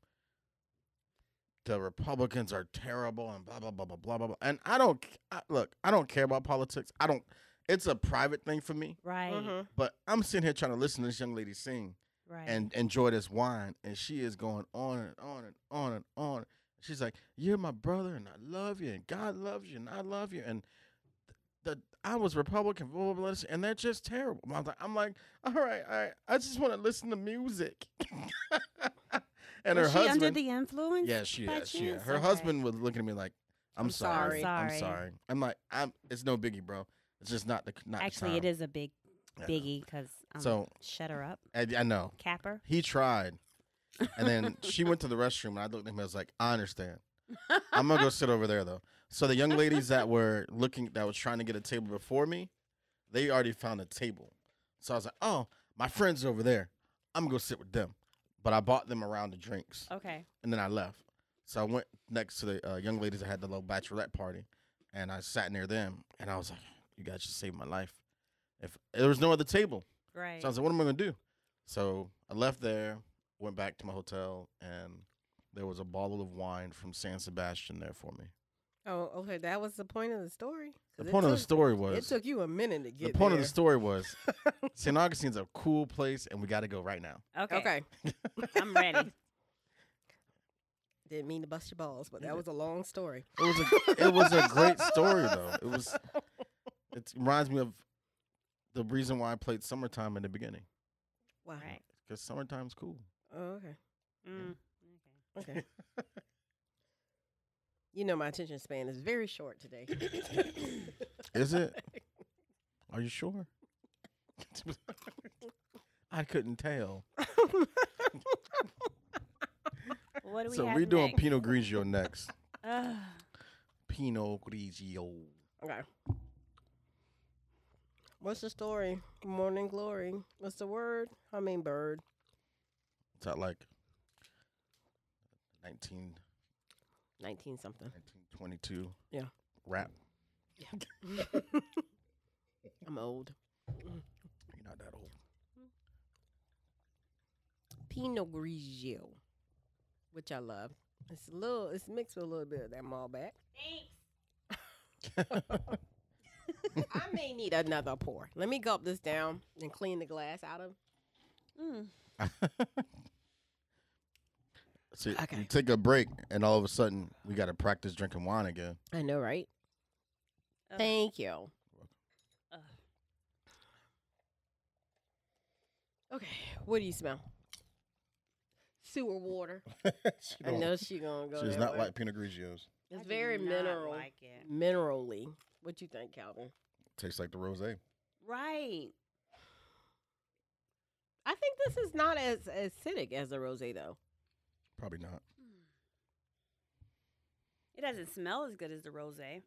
[SPEAKER 5] the Republicans are terrible and blah blah blah blah blah blah. blah. And I don't c- I, look. I don't care about politics. I don't. It's a private thing for me.
[SPEAKER 1] Right.
[SPEAKER 4] Mm-hmm.
[SPEAKER 5] But I'm sitting here trying to listen to this young lady sing
[SPEAKER 1] Right.
[SPEAKER 5] and enjoy this wine, and she is going on and on and on and on. She's like, "You're my brother, and I love you, and God loves you, and I love you." And the I was Republican, blah blah blah, and they're just terrible. I'm like, I'm like, all right, all right, I just want to listen to music. and her
[SPEAKER 1] Was she
[SPEAKER 5] husband,
[SPEAKER 1] under the influence?
[SPEAKER 5] yeah, she,
[SPEAKER 1] by
[SPEAKER 5] is, she, is.
[SPEAKER 1] chance?
[SPEAKER 5] her
[SPEAKER 1] Okay.
[SPEAKER 5] husband was looking at me like, "I'm,
[SPEAKER 4] I'm
[SPEAKER 5] sorry,
[SPEAKER 1] sorry.
[SPEAKER 5] I'm sorry." I'm like, "I'm, it's no biggie, bro. It's just not the not the
[SPEAKER 1] Actually, it
[SPEAKER 5] time."
[SPEAKER 1] is a big
[SPEAKER 5] Yeah.
[SPEAKER 1] biggie because um,
[SPEAKER 5] So-
[SPEAKER 1] shut her up,
[SPEAKER 5] I, I know,
[SPEAKER 1] capper.
[SPEAKER 5] He tried. And then she went to the restroom and I looked at him and I was like, I understand. I'm gonna go sit over there though. So the young ladies that were looking that was trying to get a table before me, they already found a table. So I was like, Oh, my friends over there. I'm gonna go sit with them. But I bought them a round of drinks
[SPEAKER 1] Okay.
[SPEAKER 5] and then I left. So I went next to the uh, young ladies that had the little bachelorette party, and I sat near them, and I was like, "You guys just saved my life." If there was no other table,
[SPEAKER 1] Right.
[SPEAKER 5] so I was like, what am I going to do? So I left there, went back to my hotel, and there was a bottle of wine from San Sebastian there for me.
[SPEAKER 4] Oh, okay. That was the point of the story. 'Cause
[SPEAKER 5] The
[SPEAKER 4] it
[SPEAKER 5] point of the
[SPEAKER 4] took-
[SPEAKER 5] story was
[SPEAKER 4] It took you a minute to
[SPEAKER 5] the
[SPEAKER 4] get.
[SPEAKER 5] point of the
[SPEAKER 4] there.
[SPEAKER 5] story was St. Augustine's a cool place, and we got to go right now.
[SPEAKER 1] okay.
[SPEAKER 4] Okay.
[SPEAKER 1] I'm ready.
[SPEAKER 4] Didn't mean to bust your balls, but
[SPEAKER 5] You
[SPEAKER 4] that
[SPEAKER 5] did.
[SPEAKER 4] was a long story.
[SPEAKER 5] It was a it was a great story though. It was it reminds me of the reason why I played summertime in the beginning
[SPEAKER 4] Wow.
[SPEAKER 1] Right.
[SPEAKER 5] because summertime's cool.
[SPEAKER 4] Oh, okay.
[SPEAKER 1] Mm.
[SPEAKER 4] Okay. you know my attention span is very short today.
[SPEAKER 5] Is it? Are you sure? I couldn't tell.
[SPEAKER 1] What do we
[SPEAKER 5] so
[SPEAKER 1] have
[SPEAKER 5] we're doing
[SPEAKER 1] next?
[SPEAKER 5] Pinot Grigio next.
[SPEAKER 1] Ugh.
[SPEAKER 5] Pinot Grigio.
[SPEAKER 4] okay. What's the story? Morning glory. What's the word? Hummingbird.
[SPEAKER 5] Is that like 19,
[SPEAKER 4] Nineteen something.
[SPEAKER 5] 1922?
[SPEAKER 4] Yeah.
[SPEAKER 5] Rap.
[SPEAKER 4] I'm old.
[SPEAKER 5] You're not that old.
[SPEAKER 4] Pinot Grigio, which I love. It's a little. It's mixed with a little bit of that Malbec. I may need another pour. Let me gulp this down and clean the glass out of.
[SPEAKER 1] Mm.
[SPEAKER 5] See,
[SPEAKER 4] Okay.
[SPEAKER 5] you take a break, and all of a sudden, we got to practice drinking wine again.
[SPEAKER 4] I know, right?
[SPEAKER 1] Ugh.
[SPEAKER 4] Thank you.
[SPEAKER 1] Ugh.
[SPEAKER 4] Okay, what do you smell? Sewer water.
[SPEAKER 5] She
[SPEAKER 4] I
[SPEAKER 5] don't-
[SPEAKER 4] know she gonna go.
[SPEAKER 5] She's
[SPEAKER 4] that
[SPEAKER 5] not
[SPEAKER 4] way.
[SPEAKER 5] like Pinot Grigios.
[SPEAKER 1] I
[SPEAKER 4] It's
[SPEAKER 1] do
[SPEAKER 4] very
[SPEAKER 1] not
[SPEAKER 4] mineral,
[SPEAKER 1] Like it.
[SPEAKER 4] minerally. What you think, Calvin?
[SPEAKER 5] Tastes like the rosé.
[SPEAKER 1] Right.
[SPEAKER 4] I think this is not as acidic as the rosé, though.
[SPEAKER 5] Probably not.
[SPEAKER 1] It doesn't smell as good as the rosé.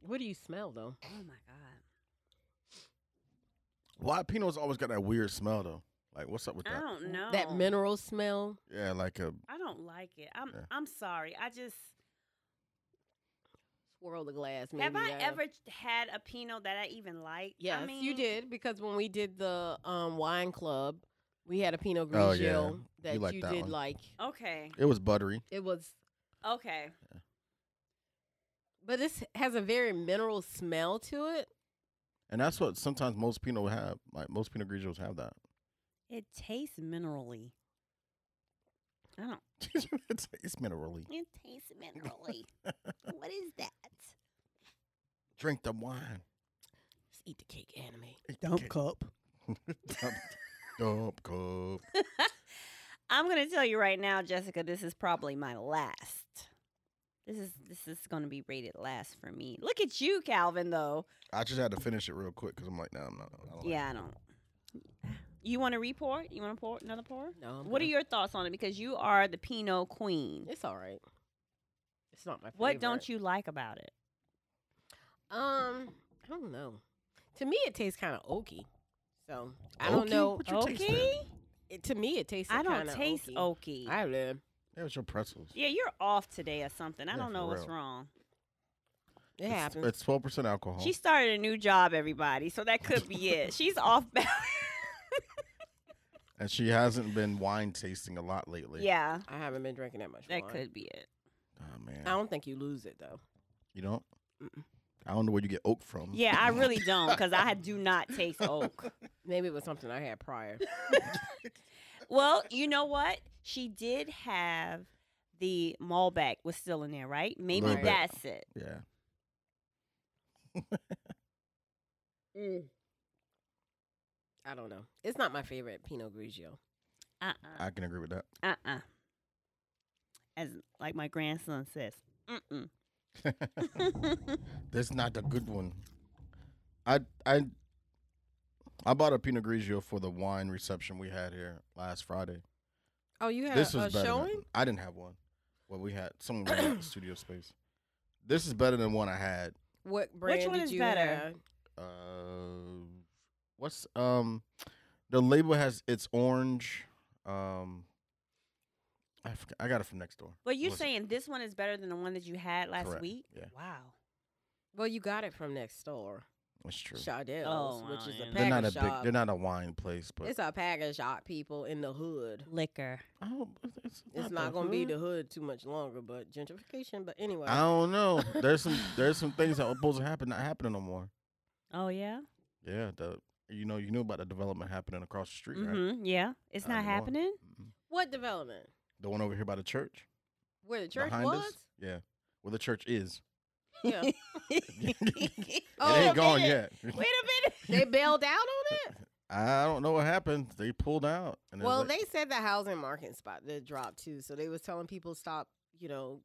[SPEAKER 4] What do you smell, though?
[SPEAKER 1] Oh my god.
[SPEAKER 5] Why Pinot's always got that weird smell though? Like, what's up with
[SPEAKER 1] I
[SPEAKER 4] Oh.
[SPEAKER 5] that?
[SPEAKER 1] don't know.
[SPEAKER 4] That mineral smell.
[SPEAKER 5] Yeah, like uh, a
[SPEAKER 1] I don't like it. I'm
[SPEAKER 5] Yeah.
[SPEAKER 1] I'm sorry. I just
[SPEAKER 4] swirl of glass. Maybe
[SPEAKER 1] Have I
[SPEAKER 4] or-
[SPEAKER 1] ever had a Pinot that I even like?
[SPEAKER 4] Yes,
[SPEAKER 1] I mean,
[SPEAKER 4] you did because when we did the um, wine club, we had a Pinot Grigio
[SPEAKER 5] Oh, yeah.
[SPEAKER 4] that
[SPEAKER 5] You
[SPEAKER 4] you,
[SPEAKER 5] liked that
[SPEAKER 4] did
[SPEAKER 5] one.
[SPEAKER 4] like.
[SPEAKER 1] Okay.
[SPEAKER 5] It was buttery.
[SPEAKER 4] It was,
[SPEAKER 1] Okay.
[SPEAKER 4] but this has a very mineral smell to it.
[SPEAKER 5] And that's what sometimes most Pinot have. Like most Pinot Grigios have that.
[SPEAKER 1] It tastes minerally. I don't.
[SPEAKER 5] it's, it's minerally.
[SPEAKER 3] It tastes minerally. what is that?
[SPEAKER 5] Drink the wine.
[SPEAKER 4] Let's eat the cake, anime.
[SPEAKER 5] Dump cup. dump, dump cup.
[SPEAKER 3] I'm gonna tell you right now, Jessica. This is probably my last. This is this is gonna be rated last for me. Look at you, Calvin. Though.
[SPEAKER 5] I just had to finish it real quick because I'm like, no, I'm not. I don't like
[SPEAKER 3] Yeah, I don't.
[SPEAKER 1] You want to report? You want to pour another pour?
[SPEAKER 4] No, I'm
[SPEAKER 3] What are
[SPEAKER 4] good.
[SPEAKER 3] your thoughts on it? Because you are the Pinot queen.
[SPEAKER 4] It's all right. It's not my favorite.
[SPEAKER 1] What don't you like about it?
[SPEAKER 4] Um, I don't know. To me, it tastes kind of oaky. So I
[SPEAKER 5] Oaky?
[SPEAKER 4] don't know.
[SPEAKER 5] What you tasting?
[SPEAKER 4] It- to me, it tastes.
[SPEAKER 1] I don't
[SPEAKER 4] kinda
[SPEAKER 1] taste
[SPEAKER 4] oaky.
[SPEAKER 1] oaky.
[SPEAKER 4] I don't.
[SPEAKER 5] It was your pretzels.
[SPEAKER 1] yeah, you're off today or something. I
[SPEAKER 5] Yeah,
[SPEAKER 1] don't know
[SPEAKER 5] for
[SPEAKER 1] what's
[SPEAKER 5] real.
[SPEAKER 1] wrong.
[SPEAKER 4] It
[SPEAKER 5] It's-
[SPEAKER 4] happens.
[SPEAKER 5] It's twelve percent alcohol.
[SPEAKER 1] She started a new job, everybody, so that could be it. She's off balance.
[SPEAKER 5] and she hasn't been wine tasting a lot lately.
[SPEAKER 3] Yeah,
[SPEAKER 4] I haven't been drinking that much.
[SPEAKER 3] that
[SPEAKER 4] wine.
[SPEAKER 3] could be it.
[SPEAKER 5] Oh
[SPEAKER 4] I
[SPEAKER 5] man.
[SPEAKER 4] don't think you lose it though.
[SPEAKER 5] You don't?
[SPEAKER 4] Mm-mm.
[SPEAKER 5] I don't know where you get oak from.
[SPEAKER 1] Yeah, I really don't, because I do not taste oak.
[SPEAKER 4] Maybe it was something I had prior.
[SPEAKER 1] Well, you know what? She did have the Malbec was still in there, right? Maybe
[SPEAKER 5] Little bit.
[SPEAKER 1] that's it.
[SPEAKER 5] Yeah.
[SPEAKER 4] I don't know. It's not my favorite Pinot Grigio.
[SPEAKER 1] Uh uh-uh,
[SPEAKER 5] I can agree with that.
[SPEAKER 1] uh. As like my grandson says. Mm-mm.
[SPEAKER 5] That's not a good one. I I I bought a Pinot Grigio for the wine reception we had here last Friday.
[SPEAKER 4] Oh, you had
[SPEAKER 5] this
[SPEAKER 4] a,
[SPEAKER 5] was
[SPEAKER 4] a
[SPEAKER 5] better. than-
[SPEAKER 4] showing?
[SPEAKER 5] I didn't have one. Well, we had someone rented out studio space. This is better than one I had.
[SPEAKER 4] What brand
[SPEAKER 1] one
[SPEAKER 4] did
[SPEAKER 1] is
[SPEAKER 4] you
[SPEAKER 1] better?
[SPEAKER 4] have?
[SPEAKER 5] Uh, what's um the label has it's orange. Um, I forgot, I got it from next door.
[SPEAKER 1] But you're
[SPEAKER 5] Was it-
[SPEAKER 1] saying this one is better than the one that you had last
[SPEAKER 5] Correct,
[SPEAKER 1] week?
[SPEAKER 5] yeah.
[SPEAKER 1] Wow.
[SPEAKER 4] Well, you got it from next door,
[SPEAKER 5] That's true.
[SPEAKER 4] Chardel's,
[SPEAKER 1] Oh,
[SPEAKER 4] which
[SPEAKER 1] wow,
[SPEAKER 4] is
[SPEAKER 1] yeah.
[SPEAKER 4] a
[SPEAKER 5] They're not
[SPEAKER 4] package
[SPEAKER 5] a big.
[SPEAKER 4] shop.
[SPEAKER 5] They're not a wine place, but
[SPEAKER 4] it's a package shop, people in the hood.
[SPEAKER 1] Liquor.
[SPEAKER 5] I don't- it's,
[SPEAKER 4] It's
[SPEAKER 5] the
[SPEAKER 4] not gonna be
[SPEAKER 5] hood.
[SPEAKER 4] the hood too much longer, but gentrification. But anyway,
[SPEAKER 5] I don't know. There's some there's some things that were supposed to happen not happening no more.
[SPEAKER 1] Oh yeah.
[SPEAKER 5] Yeah, the you know you knew about the development happening across the street, right?
[SPEAKER 1] Mm-hmm. Yeah. It's
[SPEAKER 5] Not
[SPEAKER 1] not
[SPEAKER 5] anymore.
[SPEAKER 1] happening.
[SPEAKER 5] Mhm.
[SPEAKER 4] what development?
[SPEAKER 5] The one over here by the church,
[SPEAKER 4] Where the church
[SPEAKER 5] behind
[SPEAKER 4] was?
[SPEAKER 5] us. Yeah, where the church is.
[SPEAKER 4] Yeah,
[SPEAKER 5] it
[SPEAKER 4] Oh,
[SPEAKER 5] ain't
[SPEAKER 4] wait a
[SPEAKER 5] gone
[SPEAKER 4] minute.
[SPEAKER 5] yet.
[SPEAKER 1] Wait a minute.
[SPEAKER 4] they bailed out on it.
[SPEAKER 5] I don't know what happened. They pulled out. And it was
[SPEAKER 4] Well,
[SPEAKER 5] like-
[SPEAKER 4] they said the housing market spot that dropped too, so they was telling people stop, you know,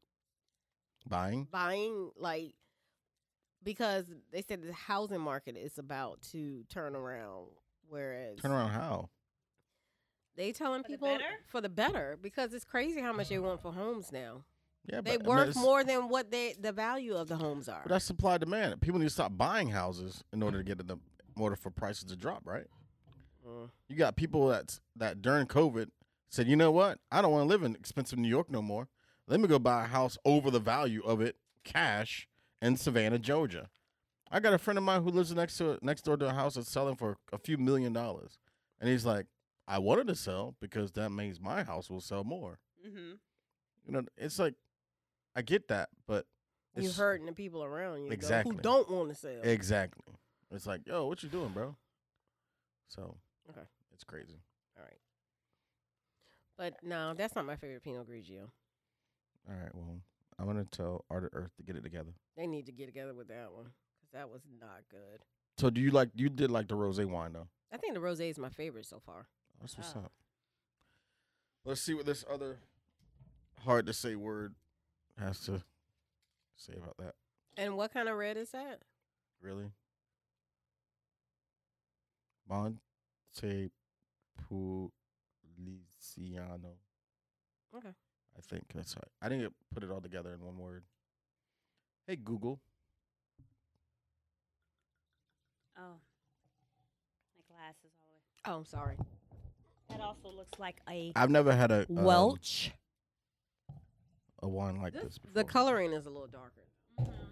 [SPEAKER 5] buying.
[SPEAKER 4] buying like because they said the housing market is about to turn around. Whereas
[SPEAKER 5] Turn around how?
[SPEAKER 4] they telling
[SPEAKER 1] For the
[SPEAKER 4] people
[SPEAKER 1] better?
[SPEAKER 4] for the better because it's crazy how much they want for homes now.
[SPEAKER 5] Yeah,
[SPEAKER 4] They
[SPEAKER 5] but, I mean,
[SPEAKER 4] worth
[SPEAKER 5] it's-
[SPEAKER 4] more than what they the value of the homes are.
[SPEAKER 5] But that's supply and demand. People need to stop buying houses in order to get the in order for prices to drop, right?
[SPEAKER 4] Mm.
[SPEAKER 5] You got people that's that during COVID said, you know what? I don't want to live in expensive New York no more. Let me go buy a house over the value of it, cash, in Savannah, Georgia. I got a friend of mine who lives next to next door to a house that's selling for a few million dollars, and he's like, I wanted to sell because that means my house will sell more.
[SPEAKER 1] Mm-hmm.
[SPEAKER 5] You know, it's like I get that, but
[SPEAKER 4] you
[SPEAKER 5] it's-
[SPEAKER 4] hurting the people around you though,
[SPEAKER 5] Exactly.
[SPEAKER 4] who don't want to sell.
[SPEAKER 5] exactly. It's like, yo, what you doing, bro? So,
[SPEAKER 4] Okay.
[SPEAKER 5] it's crazy.
[SPEAKER 4] All right. But no, that's not my favorite Pinot Grigio.
[SPEAKER 5] All right, well, I'm gonna tell Art of Earth to get it together.
[SPEAKER 4] They need to get together with that one because that was not good.
[SPEAKER 5] So do you like you did like the rose wine though?
[SPEAKER 4] I think the rosé is my favorite so far.
[SPEAKER 5] That's what's
[SPEAKER 1] Oh.
[SPEAKER 5] up. Let's see what this other hard to say word has to say about that.
[SPEAKER 4] And what kind of red is that?
[SPEAKER 5] Really? Monte Puliziano.
[SPEAKER 4] Okay.
[SPEAKER 5] I think that's right. I didn't put it all together in one word. Hey Google.
[SPEAKER 1] Oh. My glasses all the
[SPEAKER 4] Oh, I'm sorry.
[SPEAKER 1] way. That also looks like a
[SPEAKER 5] I've never had a um,
[SPEAKER 1] Welch.
[SPEAKER 5] a wine like
[SPEAKER 4] This-
[SPEAKER 5] this, before.
[SPEAKER 4] the coloring is a little darker.
[SPEAKER 1] Mm-hmm.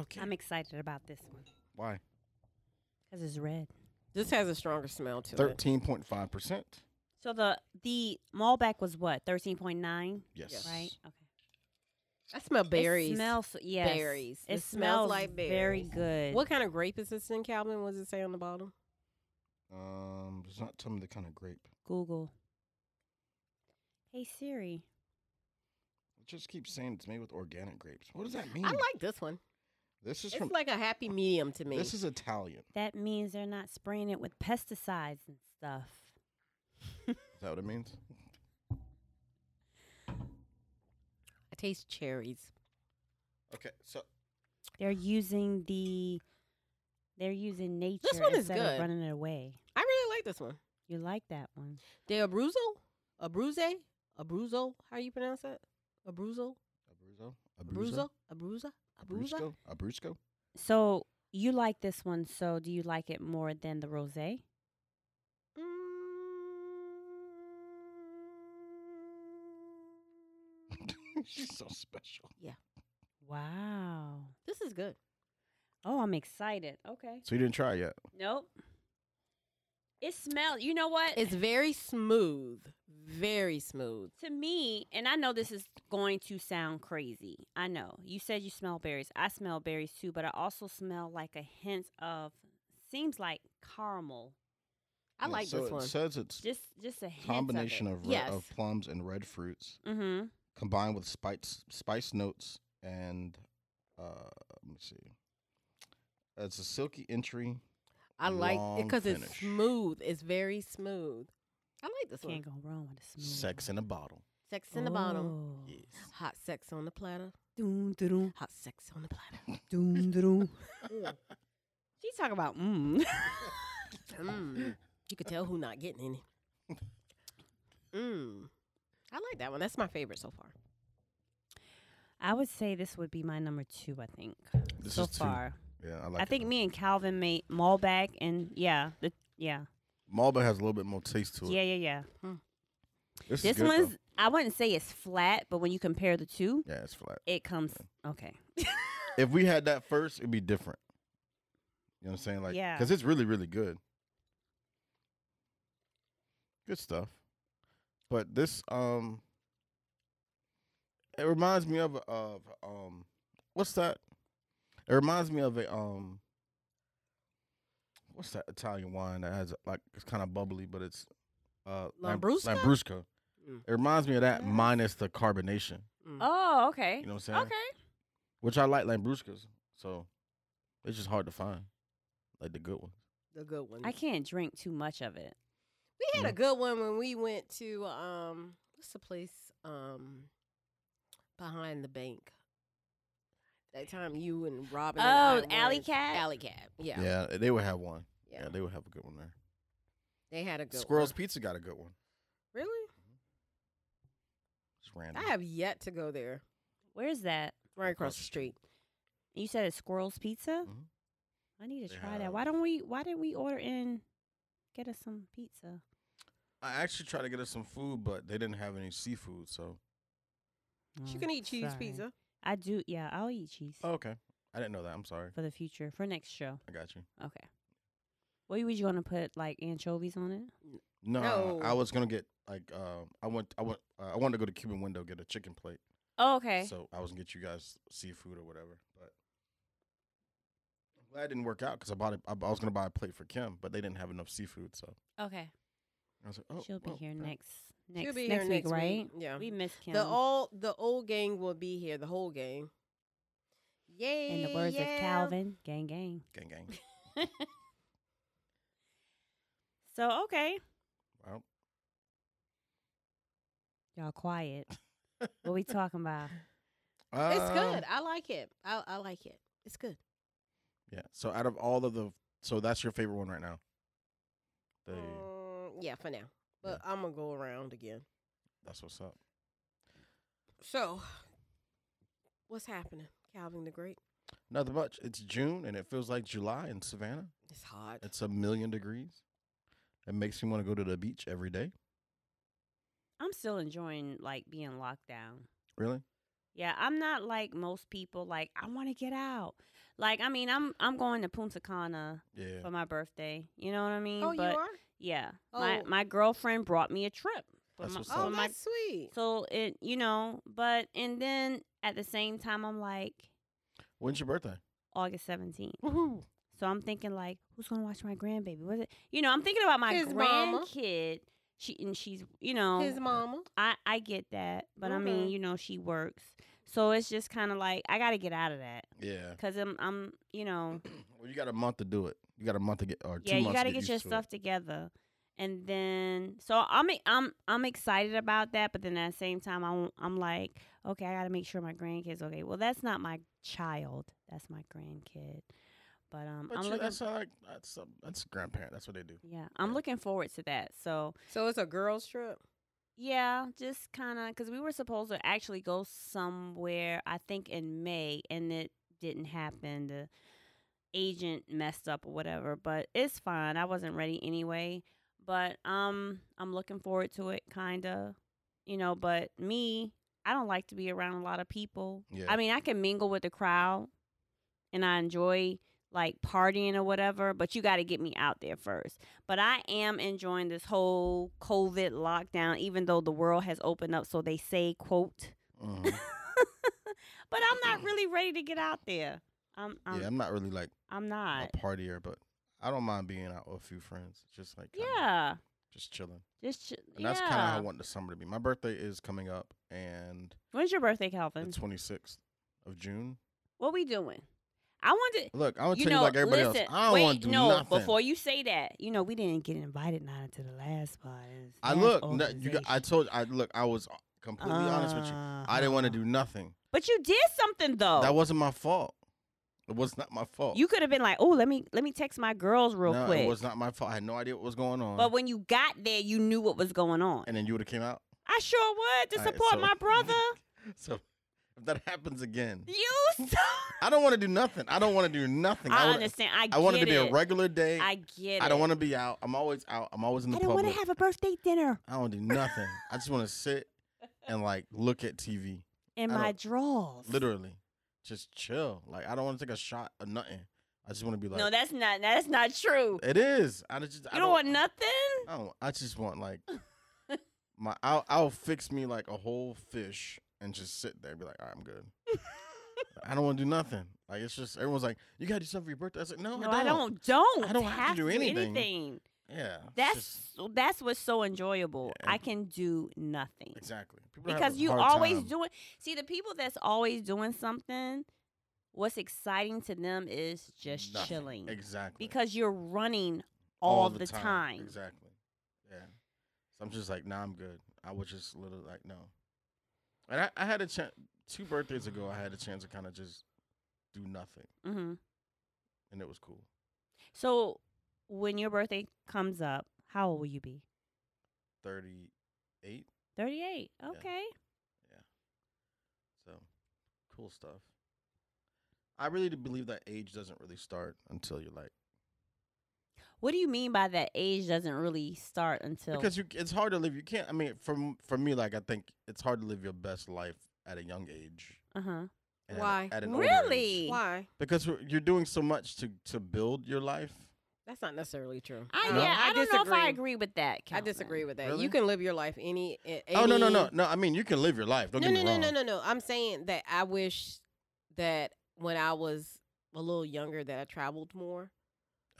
[SPEAKER 5] Okay.
[SPEAKER 1] I'm excited about this one
[SPEAKER 5] Why?
[SPEAKER 1] because it's red.
[SPEAKER 4] This has a stronger smell to it.
[SPEAKER 5] Thirteen point five percent.
[SPEAKER 1] So the the Malbec was what thirteen point nine,
[SPEAKER 5] Yes.
[SPEAKER 1] right? Okay.
[SPEAKER 4] I smell berries.
[SPEAKER 1] It smells yes.
[SPEAKER 4] Berries.
[SPEAKER 1] It,
[SPEAKER 4] It smells
[SPEAKER 1] smells
[SPEAKER 4] like
[SPEAKER 1] very
[SPEAKER 4] berries.
[SPEAKER 1] good.
[SPEAKER 4] What kind of grape is this in, Calvin? What does it say on the bottom?
[SPEAKER 5] Um, does not tell me the kind of grape.
[SPEAKER 1] Google. Hey Siri.
[SPEAKER 5] It just keeps saying it's made with organic grapes. What does that mean?
[SPEAKER 4] I like this one.
[SPEAKER 5] this is
[SPEAKER 4] It's
[SPEAKER 5] Mm. from
[SPEAKER 4] like a happy medium to me.
[SPEAKER 5] this is Italian.
[SPEAKER 1] That means they're not spraying it with pesticides and stuff.
[SPEAKER 5] Is that what it means?
[SPEAKER 4] I taste cherries.
[SPEAKER 5] Okay, so
[SPEAKER 1] They're using the they're using nature
[SPEAKER 4] one is
[SPEAKER 1] instead of
[SPEAKER 4] good.
[SPEAKER 1] running it away.
[SPEAKER 4] I really like this one.
[SPEAKER 1] You like that one?
[SPEAKER 4] De Abruzzo? Abruzzo? Abruzzo? How you pronounce that? Abruzzo?
[SPEAKER 5] Abruzzo,
[SPEAKER 4] Abruzzo? Abruzzo? Abruzzo?
[SPEAKER 5] Abruzzo, Abruzzo.
[SPEAKER 1] So you like this one? So do you like it more than the rosé?
[SPEAKER 4] Mm.
[SPEAKER 5] She's so special.
[SPEAKER 1] Wow.
[SPEAKER 4] This is good.
[SPEAKER 1] Oh, I'm excited. Okay.
[SPEAKER 5] So you didn't try it yet.
[SPEAKER 1] Nope. It smells. You know what?
[SPEAKER 4] It's very smooth. Very smooth.
[SPEAKER 1] to me, and I know this is going to sound crazy. I know. You said you smell berries. I smell berries too, but I also smell like a hint of seems like caramel.
[SPEAKER 4] I
[SPEAKER 5] Yeah,
[SPEAKER 4] like
[SPEAKER 5] so
[SPEAKER 4] this
[SPEAKER 5] it
[SPEAKER 4] one.
[SPEAKER 5] says it's
[SPEAKER 1] Just just a hint
[SPEAKER 5] combination
[SPEAKER 1] of
[SPEAKER 5] of, re-
[SPEAKER 4] Yes.
[SPEAKER 5] of plums and red fruits
[SPEAKER 1] it. Mm-hmm.
[SPEAKER 5] combined with spice spice notes and uh, let me see. It's a silky entry.
[SPEAKER 4] I like it
[SPEAKER 5] long
[SPEAKER 4] because it's
[SPEAKER 5] finish.
[SPEAKER 4] smooth. It's very smooth. I like this one.
[SPEAKER 1] Can't go wrong with Oh. a smooth.
[SPEAKER 5] Sex in a bottle.
[SPEAKER 4] Sex in the bottom.
[SPEAKER 5] Yes.
[SPEAKER 4] Oh. Hot sex on the platter.
[SPEAKER 1] Doom, doom,
[SPEAKER 4] Hot sex on the platter.
[SPEAKER 1] doom, doom. She's talking about mm.
[SPEAKER 4] Mm. You could tell who not getting any. Mm. I like that one. That's my favorite so far.
[SPEAKER 1] I would say this would be my number two. I think
[SPEAKER 5] This
[SPEAKER 1] so
[SPEAKER 5] is two.
[SPEAKER 1] far.
[SPEAKER 5] Yeah, I like.
[SPEAKER 1] I
[SPEAKER 5] it.
[SPEAKER 1] think me and Calvin made Malbec, and yeah, the yeah,
[SPEAKER 5] Malbec has a little bit more taste to it.
[SPEAKER 1] yeah, yeah, yeah.
[SPEAKER 5] This, is
[SPEAKER 1] This
[SPEAKER 5] good, though.
[SPEAKER 1] one's I wouldn't say it's flat, but when you compare the two,
[SPEAKER 5] yeah, it's flat.
[SPEAKER 1] it comes okay.
[SPEAKER 5] If we had that first, it'd be different. You know what I'm saying? Like,
[SPEAKER 1] Yeah.
[SPEAKER 5] because it's really, really good. Good stuff. But this, um, it reminds me of a- of um, what's that? It reminds me of a um, what's that Italian wine that has like it's kind of bubbly, but it's uh lam-
[SPEAKER 4] Lambrusco?
[SPEAKER 5] Lambrusco.
[SPEAKER 4] Mm.
[SPEAKER 5] It reminds me of that
[SPEAKER 1] Yes.
[SPEAKER 5] minus the carbonation.
[SPEAKER 4] Hmm.
[SPEAKER 1] Oh, okay.
[SPEAKER 5] You know what I'm saying?
[SPEAKER 1] Okay.
[SPEAKER 5] Which I like Lambruscas, so it's just hard to find. Like the good ones.
[SPEAKER 4] The good one. Mm.
[SPEAKER 1] I can't drink too much of it.
[SPEAKER 4] We had
[SPEAKER 5] Mhm.
[SPEAKER 4] a good one when we went to um what's the place um behind the bank. That time you and Robin. and
[SPEAKER 1] Oh,
[SPEAKER 4] I
[SPEAKER 1] Alley
[SPEAKER 4] went-
[SPEAKER 1] Cat?
[SPEAKER 4] Alley Cat. Yeah, yeah.
[SPEAKER 5] Yeah, they would have one. Yeah. they would have a good one there.
[SPEAKER 4] They had a good
[SPEAKER 5] Squirrel's
[SPEAKER 4] one.
[SPEAKER 5] Pizza got a good one.
[SPEAKER 4] Really?
[SPEAKER 5] It's random.
[SPEAKER 4] I have yet to go there.
[SPEAKER 1] Where's that?
[SPEAKER 4] Right across the street.
[SPEAKER 1] You said it's Squirrel's Pizza.
[SPEAKER 5] Mhm.
[SPEAKER 1] I need to
[SPEAKER 5] They
[SPEAKER 1] try that.
[SPEAKER 5] have-
[SPEAKER 1] Why don't we? Why didn't we order in? Get us some pizza.
[SPEAKER 5] I actually tried to get us some food, but they didn't have any seafood. So
[SPEAKER 4] She
[SPEAKER 1] Oh,
[SPEAKER 4] can eat cheese
[SPEAKER 1] sorry.
[SPEAKER 4] pizza.
[SPEAKER 1] I do. Yeah, I'll eat cheese
[SPEAKER 5] Oh, okay, I didn't know that. I'm sorry.
[SPEAKER 1] for the future for next show.
[SPEAKER 5] I got you.
[SPEAKER 1] Okay. What was you gonna put like anchovies on it?
[SPEAKER 5] No,
[SPEAKER 4] No.
[SPEAKER 5] I was gonna get like uh, I went I went uh, I wanted to go to Cuban Window get a chicken plate.
[SPEAKER 1] Oh, okay.
[SPEAKER 5] So I was gonna get you guys seafood or whatever, but I'm glad it didn't work out because I bought it. I, I was gonna buy a plate for Kim, but they didn't have enough seafood. So
[SPEAKER 1] okay.
[SPEAKER 5] I was like, oh,
[SPEAKER 1] She'll be
[SPEAKER 5] well,
[SPEAKER 1] here
[SPEAKER 5] okay.
[SPEAKER 1] next. Next,
[SPEAKER 4] She'll be
[SPEAKER 1] next
[SPEAKER 4] here
[SPEAKER 1] week,
[SPEAKER 4] next week.
[SPEAKER 1] right?
[SPEAKER 4] Yeah.
[SPEAKER 1] We miss Kim.
[SPEAKER 4] The old the old gang will be here. The whole gang. Yay!
[SPEAKER 1] In the words
[SPEAKER 4] yeah.
[SPEAKER 1] of Calvin, gang, gang.
[SPEAKER 5] Gang gang.
[SPEAKER 1] So okay,
[SPEAKER 5] Well,
[SPEAKER 1] y'all quiet. what we talking about?
[SPEAKER 4] It's
[SPEAKER 5] um,
[SPEAKER 4] good. I like it. I, I like it. It's good.
[SPEAKER 5] Yeah. So out of all of the, so that's your favorite one right now. The
[SPEAKER 1] Oh.
[SPEAKER 4] Mm, yeah, for now. But I'm gonna go around again.
[SPEAKER 5] that's what's up.
[SPEAKER 4] So, what's happening, Calvin the Great?
[SPEAKER 5] Nothing much. It's June and it feels like July in Savannah.
[SPEAKER 4] It's hot.
[SPEAKER 5] It's a million degrees. It makes me want to go to the beach every day.
[SPEAKER 1] I'm still enjoying like being locked down.
[SPEAKER 5] Really?
[SPEAKER 1] Yeah, I'm not like most people. Like I want to get out. Like I mean, I'm I'm going to Punta Cana
[SPEAKER 5] Yeah.
[SPEAKER 1] for my birthday. You know what I mean?
[SPEAKER 4] Oh,
[SPEAKER 1] but
[SPEAKER 4] you are?
[SPEAKER 1] yeah, my
[SPEAKER 4] Oh.
[SPEAKER 1] my girlfriend brought me a trip. for
[SPEAKER 5] That's
[SPEAKER 1] my-
[SPEAKER 5] what's
[SPEAKER 1] for
[SPEAKER 4] Oh,
[SPEAKER 5] up.
[SPEAKER 1] my
[SPEAKER 4] that's sweet.
[SPEAKER 1] So it, you know, but and then at the same time, I'm like
[SPEAKER 5] When's your birthday?
[SPEAKER 1] August 17th.
[SPEAKER 5] Woohoo!
[SPEAKER 1] So I'm thinking like, who's gonna watch my grandbaby? Was it? You know, I'm thinking about my
[SPEAKER 4] His mama.
[SPEAKER 1] grandkid. She and she's, you know,
[SPEAKER 4] His mama.
[SPEAKER 1] I I get that, but I mean,
[SPEAKER 4] Okay.
[SPEAKER 1] you know, she works, so it's just kind of like I got to get out of that
[SPEAKER 5] Yeah.
[SPEAKER 1] because I'm I'm you know
[SPEAKER 5] Well, you got a month to do it. You got a month to get or two
[SPEAKER 1] yeah you
[SPEAKER 5] months
[SPEAKER 1] got
[SPEAKER 5] to
[SPEAKER 1] to get your
[SPEAKER 5] used to it.
[SPEAKER 1] stuff together, and then so I'm e- I'm I'm excited about that, but then at the same time I'm I'm like okay I got to make sure my grandkids okay. Well, that's not my child, that's my grandkid, but um
[SPEAKER 5] But
[SPEAKER 1] I'm
[SPEAKER 5] you,
[SPEAKER 1] looking
[SPEAKER 5] that's not like that's a, that's a grandparent. That's what they do.
[SPEAKER 1] yeah I'm
[SPEAKER 5] yeah.
[SPEAKER 1] looking forward to that. So
[SPEAKER 4] So it's a girls trip.
[SPEAKER 1] Yeah, just kind of because we were supposed to actually go somewhere, I think in May, and it didn't happen. The agent messed up or whatever, but it's fine. I wasn't ready anyway. But um, I'm looking forward to it, kind of, you know. But me, I don't like to be around a lot of people.
[SPEAKER 5] Yeah.
[SPEAKER 1] I mean, I can mingle with the crowd, and I enjoy like partying or whatever. But you got to get me out there first but I am enjoying this whole COVID lockdown, even though the world has opened up. So they say, quote,
[SPEAKER 5] Mhm.
[SPEAKER 1] but I'm not really ready to get out there. I'm, I'm,
[SPEAKER 5] Mm-hmm. yeah, I'm not really like
[SPEAKER 1] I'm not.
[SPEAKER 5] a partier, but I don't mind being out with a few friends, just like kinda
[SPEAKER 1] Yeah.
[SPEAKER 5] just chilling.
[SPEAKER 1] Just, ch-
[SPEAKER 5] And that's
[SPEAKER 1] yeah.
[SPEAKER 5] kind of how I want the summer to be. My birthday is coming up, and
[SPEAKER 1] When's your birthday,
[SPEAKER 5] the
[SPEAKER 1] Calvin?
[SPEAKER 5] 26th of June.
[SPEAKER 1] What we doing? I want to.
[SPEAKER 5] Look, I'm gonna
[SPEAKER 1] You
[SPEAKER 5] tell
[SPEAKER 1] know,
[SPEAKER 5] you like everybody
[SPEAKER 1] listen,
[SPEAKER 5] else. I don't
[SPEAKER 1] wait,
[SPEAKER 5] want to do
[SPEAKER 1] no,
[SPEAKER 5] nothing.
[SPEAKER 1] before you say that, you know, we didn't get invited not into the last spot.
[SPEAKER 5] I look, no, you, got- I told you, I look, I was completely honest with you. I didn't want to do
[SPEAKER 1] Uh-huh.
[SPEAKER 5] nothing.
[SPEAKER 1] But you did something though.
[SPEAKER 5] That wasn't my fault. It was not my fault.
[SPEAKER 1] Oh. you could have been like, "Oh, let me let me text my girls real
[SPEAKER 5] no,
[SPEAKER 1] quick."
[SPEAKER 5] It was not my fault. I had no idea what was going on.
[SPEAKER 1] But when you got there, you knew what was going on.
[SPEAKER 5] and then you would have came out.
[SPEAKER 1] I sure would to
[SPEAKER 5] All right,
[SPEAKER 1] support
[SPEAKER 5] so-
[SPEAKER 1] my brother.
[SPEAKER 5] So if that happens again,
[SPEAKER 1] You, so-
[SPEAKER 5] I don't want to do nothing. I don't want to do nothing.
[SPEAKER 1] I
[SPEAKER 5] wanna-
[SPEAKER 1] understand. I,
[SPEAKER 5] I want it to be a
[SPEAKER 1] regular.
[SPEAKER 5] regular day.
[SPEAKER 1] I get it.
[SPEAKER 5] I don't want to be out. I'm always out. I'm always in the
[SPEAKER 1] I don't
[SPEAKER 5] public.
[SPEAKER 1] want to have a birthday dinner
[SPEAKER 5] I don't do nothing. I just want to sit and like look at TV.
[SPEAKER 1] in
[SPEAKER 5] I
[SPEAKER 1] my
[SPEAKER 5] don't-
[SPEAKER 1] drawers.
[SPEAKER 5] Literally, just chill. Like I don't want to take a shot or nothing. I just want to be like.
[SPEAKER 1] no, that's not. That's not true.
[SPEAKER 5] it is. I just. I
[SPEAKER 1] You don't want nothing.
[SPEAKER 5] I don't. I just want like my. I'll, I'll fix me like a whole fish and just sit there and be like, "All right, I'm good. I don't want to do nothing. Like it's just everyone's like, you gotta do something for your birthday. I was like, no,
[SPEAKER 1] No,
[SPEAKER 5] I,
[SPEAKER 1] I
[SPEAKER 5] don't.
[SPEAKER 1] don't. Don't.
[SPEAKER 5] I don't have to do anything.
[SPEAKER 1] anything.
[SPEAKER 5] Yeah, it's
[SPEAKER 1] That's
[SPEAKER 5] just-
[SPEAKER 1] that's what's so enjoyable.
[SPEAKER 5] Yeah.
[SPEAKER 1] I can do nothing.
[SPEAKER 5] exactly People have a
[SPEAKER 1] because you
[SPEAKER 5] hard
[SPEAKER 1] always
[SPEAKER 5] time.
[SPEAKER 1] doing see the people that's always doing something what's exciting to them is just
[SPEAKER 5] Nothing.
[SPEAKER 1] chilling
[SPEAKER 5] exactly
[SPEAKER 1] because you're running all, the, time,
[SPEAKER 5] Exactly. Yeah. So I'm just like, nah, I'm good. I was just a little like, no. And I, I had a chance two birthdays ago. I had a chance to kind of just do nothing,
[SPEAKER 1] hmm
[SPEAKER 5] and it was cool.
[SPEAKER 1] so when your birthday comes up how old will you be
[SPEAKER 5] Thirty eight.
[SPEAKER 1] 38 okay
[SPEAKER 5] So cool stuff. I really do believe that age doesn't really start until you're like
[SPEAKER 1] what do you mean by that age doesn't really start until
[SPEAKER 5] because you it's hard to live you can't I mean from for me like I think it's hard to live your best life at a young age.
[SPEAKER 1] uh-huh
[SPEAKER 5] and at a-
[SPEAKER 4] Why?
[SPEAKER 5] At an older age.
[SPEAKER 1] really
[SPEAKER 4] Why?
[SPEAKER 5] Because we're- you're doing so much to to build your life.
[SPEAKER 4] That's not necessarily true.
[SPEAKER 1] I, yeah,
[SPEAKER 5] No?
[SPEAKER 1] Uh-huh. I, don't know if I
[SPEAKER 4] disagree.
[SPEAKER 1] agree with that.
[SPEAKER 4] I
[SPEAKER 1] Calvin.
[SPEAKER 4] disagree with that.
[SPEAKER 5] Really?
[SPEAKER 4] You can live your life any. a-
[SPEAKER 5] Oh no no
[SPEAKER 4] any-
[SPEAKER 5] no no! I mean you can live your life. Don't
[SPEAKER 4] no,
[SPEAKER 5] get
[SPEAKER 4] no,
[SPEAKER 5] me
[SPEAKER 4] no,
[SPEAKER 5] wrong.
[SPEAKER 4] no, no, no. I'm saying that I wish that when I was a little younger that I traveled more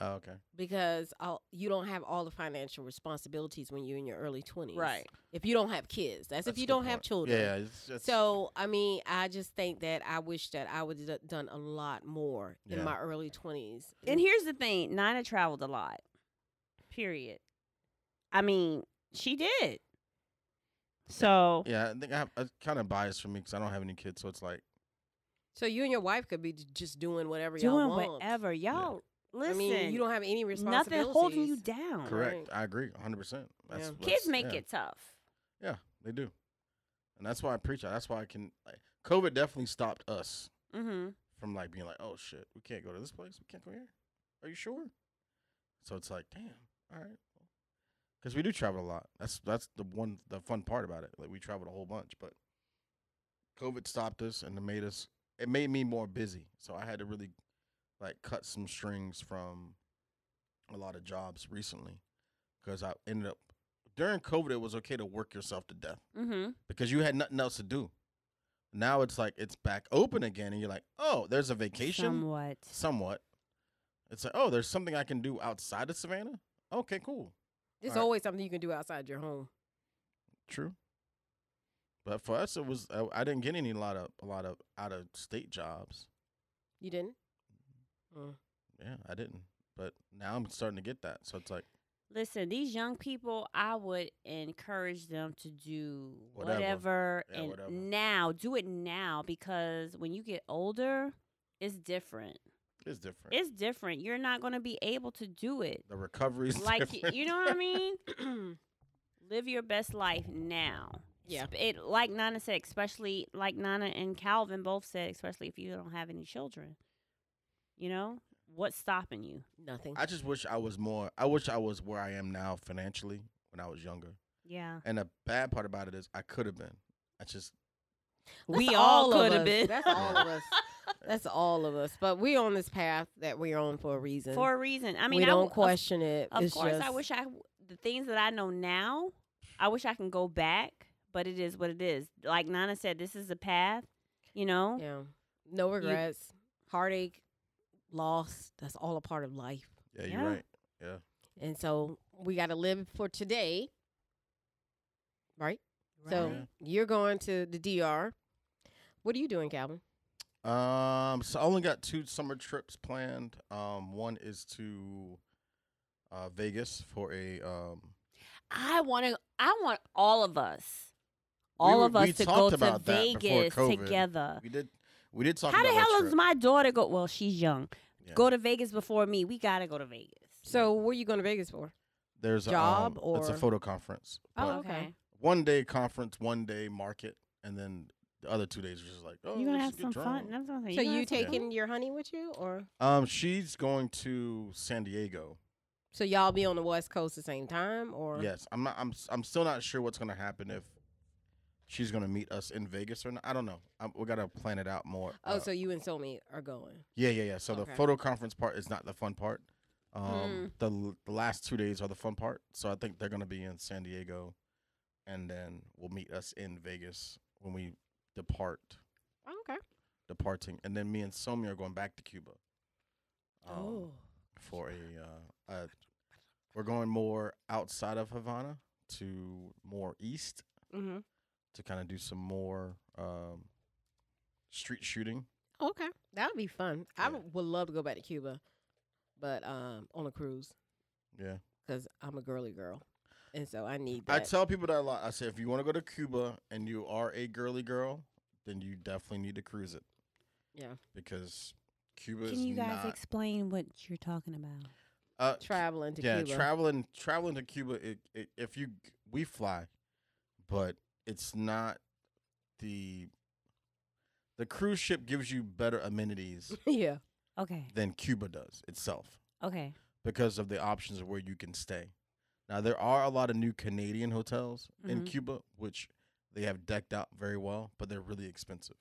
[SPEAKER 5] Oh, okay.
[SPEAKER 4] because all, you don't have all the financial responsibilities when you're in your early 20s.
[SPEAKER 1] Right.
[SPEAKER 4] If you don't have kids, that's,
[SPEAKER 5] That's
[SPEAKER 4] if
[SPEAKER 5] a
[SPEAKER 4] you
[SPEAKER 5] good
[SPEAKER 4] don't have
[SPEAKER 5] point.
[SPEAKER 4] children.
[SPEAKER 5] Yeah. It's, it's,
[SPEAKER 4] So, I mean, I just think that I wish that I would have done a lot more
[SPEAKER 5] Yeah.
[SPEAKER 4] in my early 20s.
[SPEAKER 1] And here's the thing, Nina traveled a lot. Period. I mean, she did. So
[SPEAKER 5] yeah, I think I have, it's kind of biased for me because I don't have any kids, so it's like
[SPEAKER 4] so you and your wife could be j- just doing whatever
[SPEAKER 1] doing
[SPEAKER 4] y'all want.
[SPEAKER 1] whatever, y'all listen.
[SPEAKER 4] I mean, you don't have any responsibilities.
[SPEAKER 1] nothing holding you down.
[SPEAKER 5] correct.
[SPEAKER 4] Oh, Right.
[SPEAKER 5] I agree, hundred percent. That's
[SPEAKER 4] Yeah.
[SPEAKER 1] Kids
[SPEAKER 5] that's-
[SPEAKER 1] make
[SPEAKER 5] yeah.
[SPEAKER 1] it tough.
[SPEAKER 5] Yeah, they do, and that's why I preach. it. That's why I can. Like, COVID definitely stopped us
[SPEAKER 1] Mm-hmm.
[SPEAKER 5] from like being like, oh shit, we can't go to this place. We can't go here. Are you sure? So it's like, damn, all right. Because we do travel a lot. That's that's the one the fun part about it. Like we traveled a whole bunch, but COVID stopped us and it made us. It made me more busy, so I had to really like cut some strings from a lot of jobs recently because I ended up during COVID. It was okay to work yourself to death
[SPEAKER 1] Mm-hmm.
[SPEAKER 5] because you had nothing else to do. Now it's like it's back open again, and you're like, oh, there's a vacation
[SPEAKER 1] Somewhat.
[SPEAKER 5] somewhat. It's like, oh, there's something I can do outside of Savannah. Okay, cool,
[SPEAKER 4] There's
[SPEAKER 5] Alright.
[SPEAKER 4] always something you can do outside your home.
[SPEAKER 5] true. But for us, it was I, I didn't get any lot of a lot of out of state jobs.
[SPEAKER 4] You didn't?
[SPEAKER 5] Yeah, I didn't. But now I'm starting to get that, so it's like
[SPEAKER 1] Listen, these young people, I would encourage them to do
[SPEAKER 5] Whatever.
[SPEAKER 1] whatever,
[SPEAKER 5] Yeah,
[SPEAKER 1] and
[SPEAKER 5] whatever.
[SPEAKER 1] now do it now because when you get older, it's different.
[SPEAKER 5] it's different.
[SPEAKER 1] It's different. You're not going to be able to do it.
[SPEAKER 5] the recovery's
[SPEAKER 1] Like y-
[SPEAKER 5] different.
[SPEAKER 1] you know what I mean? Live your best life now.
[SPEAKER 4] Yeah.
[SPEAKER 1] Sp- It like Nana said, especially like Nana and Calvin both said, especially if you don't have any children. You know? What's stopping you?
[SPEAKER 4] Nothing.
[SPEAKER 5] I just wish I was more. I wish I was where I am now financially when I was younger.
[SPEAKER 1] Yeah.
[SPEAKER 5] And the bad part about it is I could have been. I just
[SPEAKER 1] We
[SPEAKER 4] That's
[SPEAKER 1] all
[SPEAKER 4] of
[SPEAKER 1] coulda
[SPEAKER 4] us.
[SPEAKER 1] been.
[SPEAKER 4] That's all of us. That's all of us. But we're on this path that we're on for a reason.
[SPEAKER 1] For a reason. I mean,
[SPEAKER 4] we
[SPEAKER 1] I
[SPEAKER 4] don't
[SPEAKER 1] w- of-
[SPEAKER 4] question it.
[SPEAKER 1] Of
[SPEAKER 4] It's
[SPEAKER 1] course, I
[SPEAKER 4] just-
[SPEAKER 1] wish I w- the things that I know now. I wish I can go back, but it is what it is. Like Nana said, this is the path. You know,
[SPEAKER 4] Yeah. No regrets. heartache, loss. That's all a part of life.
[SPEAKER 5] yeah, you're
[SPEAKER 1] Yeah.
[SPEAKER 5] right.
[SPEAKER 4] And so we got to live for today. Right? So
[SPEAKER 5] Right.
[SPEAKER 4] you're going to the DR. What are you doing, Calvin?
[SPEAKER 5] Um, so I only got two summer trips planned. Um, one is to uh, Vegas for a um.
[SPEAKER 1] I want to. I want all of us,
[SPEAKER 5] We
[SPEAKER 1] all
[SPEAKER 5] were-
[SPEAKER 1] of us,
[SPEAKER 5] we
[SPEAKER 1] to go
[SPEAKER 5] talked
[SPEAKER 1] to
[SPEAKER 5] about that before
[SPEAKER 1] Vegas
[SPEAKER 5] COVID.
[SPEAKER 1] together.
[SPEAKER 5] We did. We did talk.
[SPEAKER 1] How the
[SPEAKER 5] about that
[SPEAKER 1] hell is
[SPEAKER 5] trip.
[SPEAKER 1] my daughter go? Well, she's young.
[SPEAKER 5] Yeah.
[SPEAKER 1] Go to Vegas before me. We gotta go to Vegas.
[SPEAKER 4] So what are you going to Vegas for?
[SPEAKER 5] There's a,
[SPEAKER 4] job
[SPEAKER 5] um, It's a
[SPEAKER 4] or-
[SPEAKER 5] photo conference.
[SPEAKER 4] Oh,
[SPEAKER 5] but
[SPEAKER 4] okay.
[SPEAKER 5] One day conference, one day market, and then the other two days are just like, oh,
[SPEAKER 1] You're gonna have
[SPEAKER 5] let's get
[SPEAKER 1] some fun.
[SPEAKER 5] drunk.
[SPEAKER 1] That's what I'm saying.
[SPEAKER 4] So
[SPEAKER 1] You're gonna
[SPEAKER 4] you
[SPEAKER 1] have some fun.
[SPEAKER 4] taking your honey with you or
[SPEAKER 5] Um, she's going to San Diego.
[SPEAKER 4] so y'all be on the West Coast the same time or
[SPEAKER 5] Yes, I'm not. I'm. s- I'm still not sure what's gonna happen if she's gonna meet us in Vegas or not. I don't know. I, we gotta plan it out more.
[SPEAKER 4] Oh,
[SPEAKER 5] uh,
[SPEAKER 4] so you and Soulmate are going.
[SPEAKER 5] Yeah, yeah, yeah. So
[SPEAKER 4] Okay. Hmm.
[SPEAKER 5] the photo conference part is not the fun part. Um, the l the last two days are the fun part. So I think they're gonna be in San Diego, and then we'll meet us in Vegas when we depart,
[SPEAKER 4] Okay.
[SPEAKER 5] departing, and then me and Somi are going back to Cuba. Um,
[SPEAKER 1] Oh.
[SPEAKER 4] Oh.
[SPEAKER 5] For a, uh, a, we're going more outside of Havana to more east
[SPEAKER 4] Mm-hmm.
[SPEAKER 5] to kind of do some more um, street shooting.
[SPEAKER 4] Okay, that would be fun. I
[SPEAKER 5] Yeah.
[SPEAKER 4] would love to go back to Cuba, but um, on a cruise
[SPEAKER 5] Yeah.
[SPEAKER 4] because I'm a girly girl, and so I need
[SPEAKER 5] I
[SPEAKER 4] that.
[SPEAKER 5] tell people that a lot. I say if you want to go to Cuba and you are a girly girl, then you definitely need to cruise it.
[SPEAKER 4] Yeah.
[SPEAKER 5] Because Cuba is
[SPEAKER 1] Can you guys
[SPEAKER 5] not
[SPEAKER 1] explain what you're talking about?
[SPEAKER 5] uh,
[SPEAKER 4] Traveling to
[SPEAKER 5] yeah,
[SPEAKER 4] Cuba,
[SPEAKER 5] traveling traveling to Cuba. It, it, if you g- we fly, but it's not the the cruise ship gives you better amenities
[SPEAKER 4] yeah,
[SPEAKER 1] Okay.
[SPEAKER 5] than Cuba does itself
[SPEAKER 1] Okay.
[SPEAKER 5] because of the options of where you can stay. Now there are a lot of new Canadian hotels in
[SPEAKER 1] Mhm.
[SPEAKER 5] Cuba, which they have decked out very well, but they're really expensive.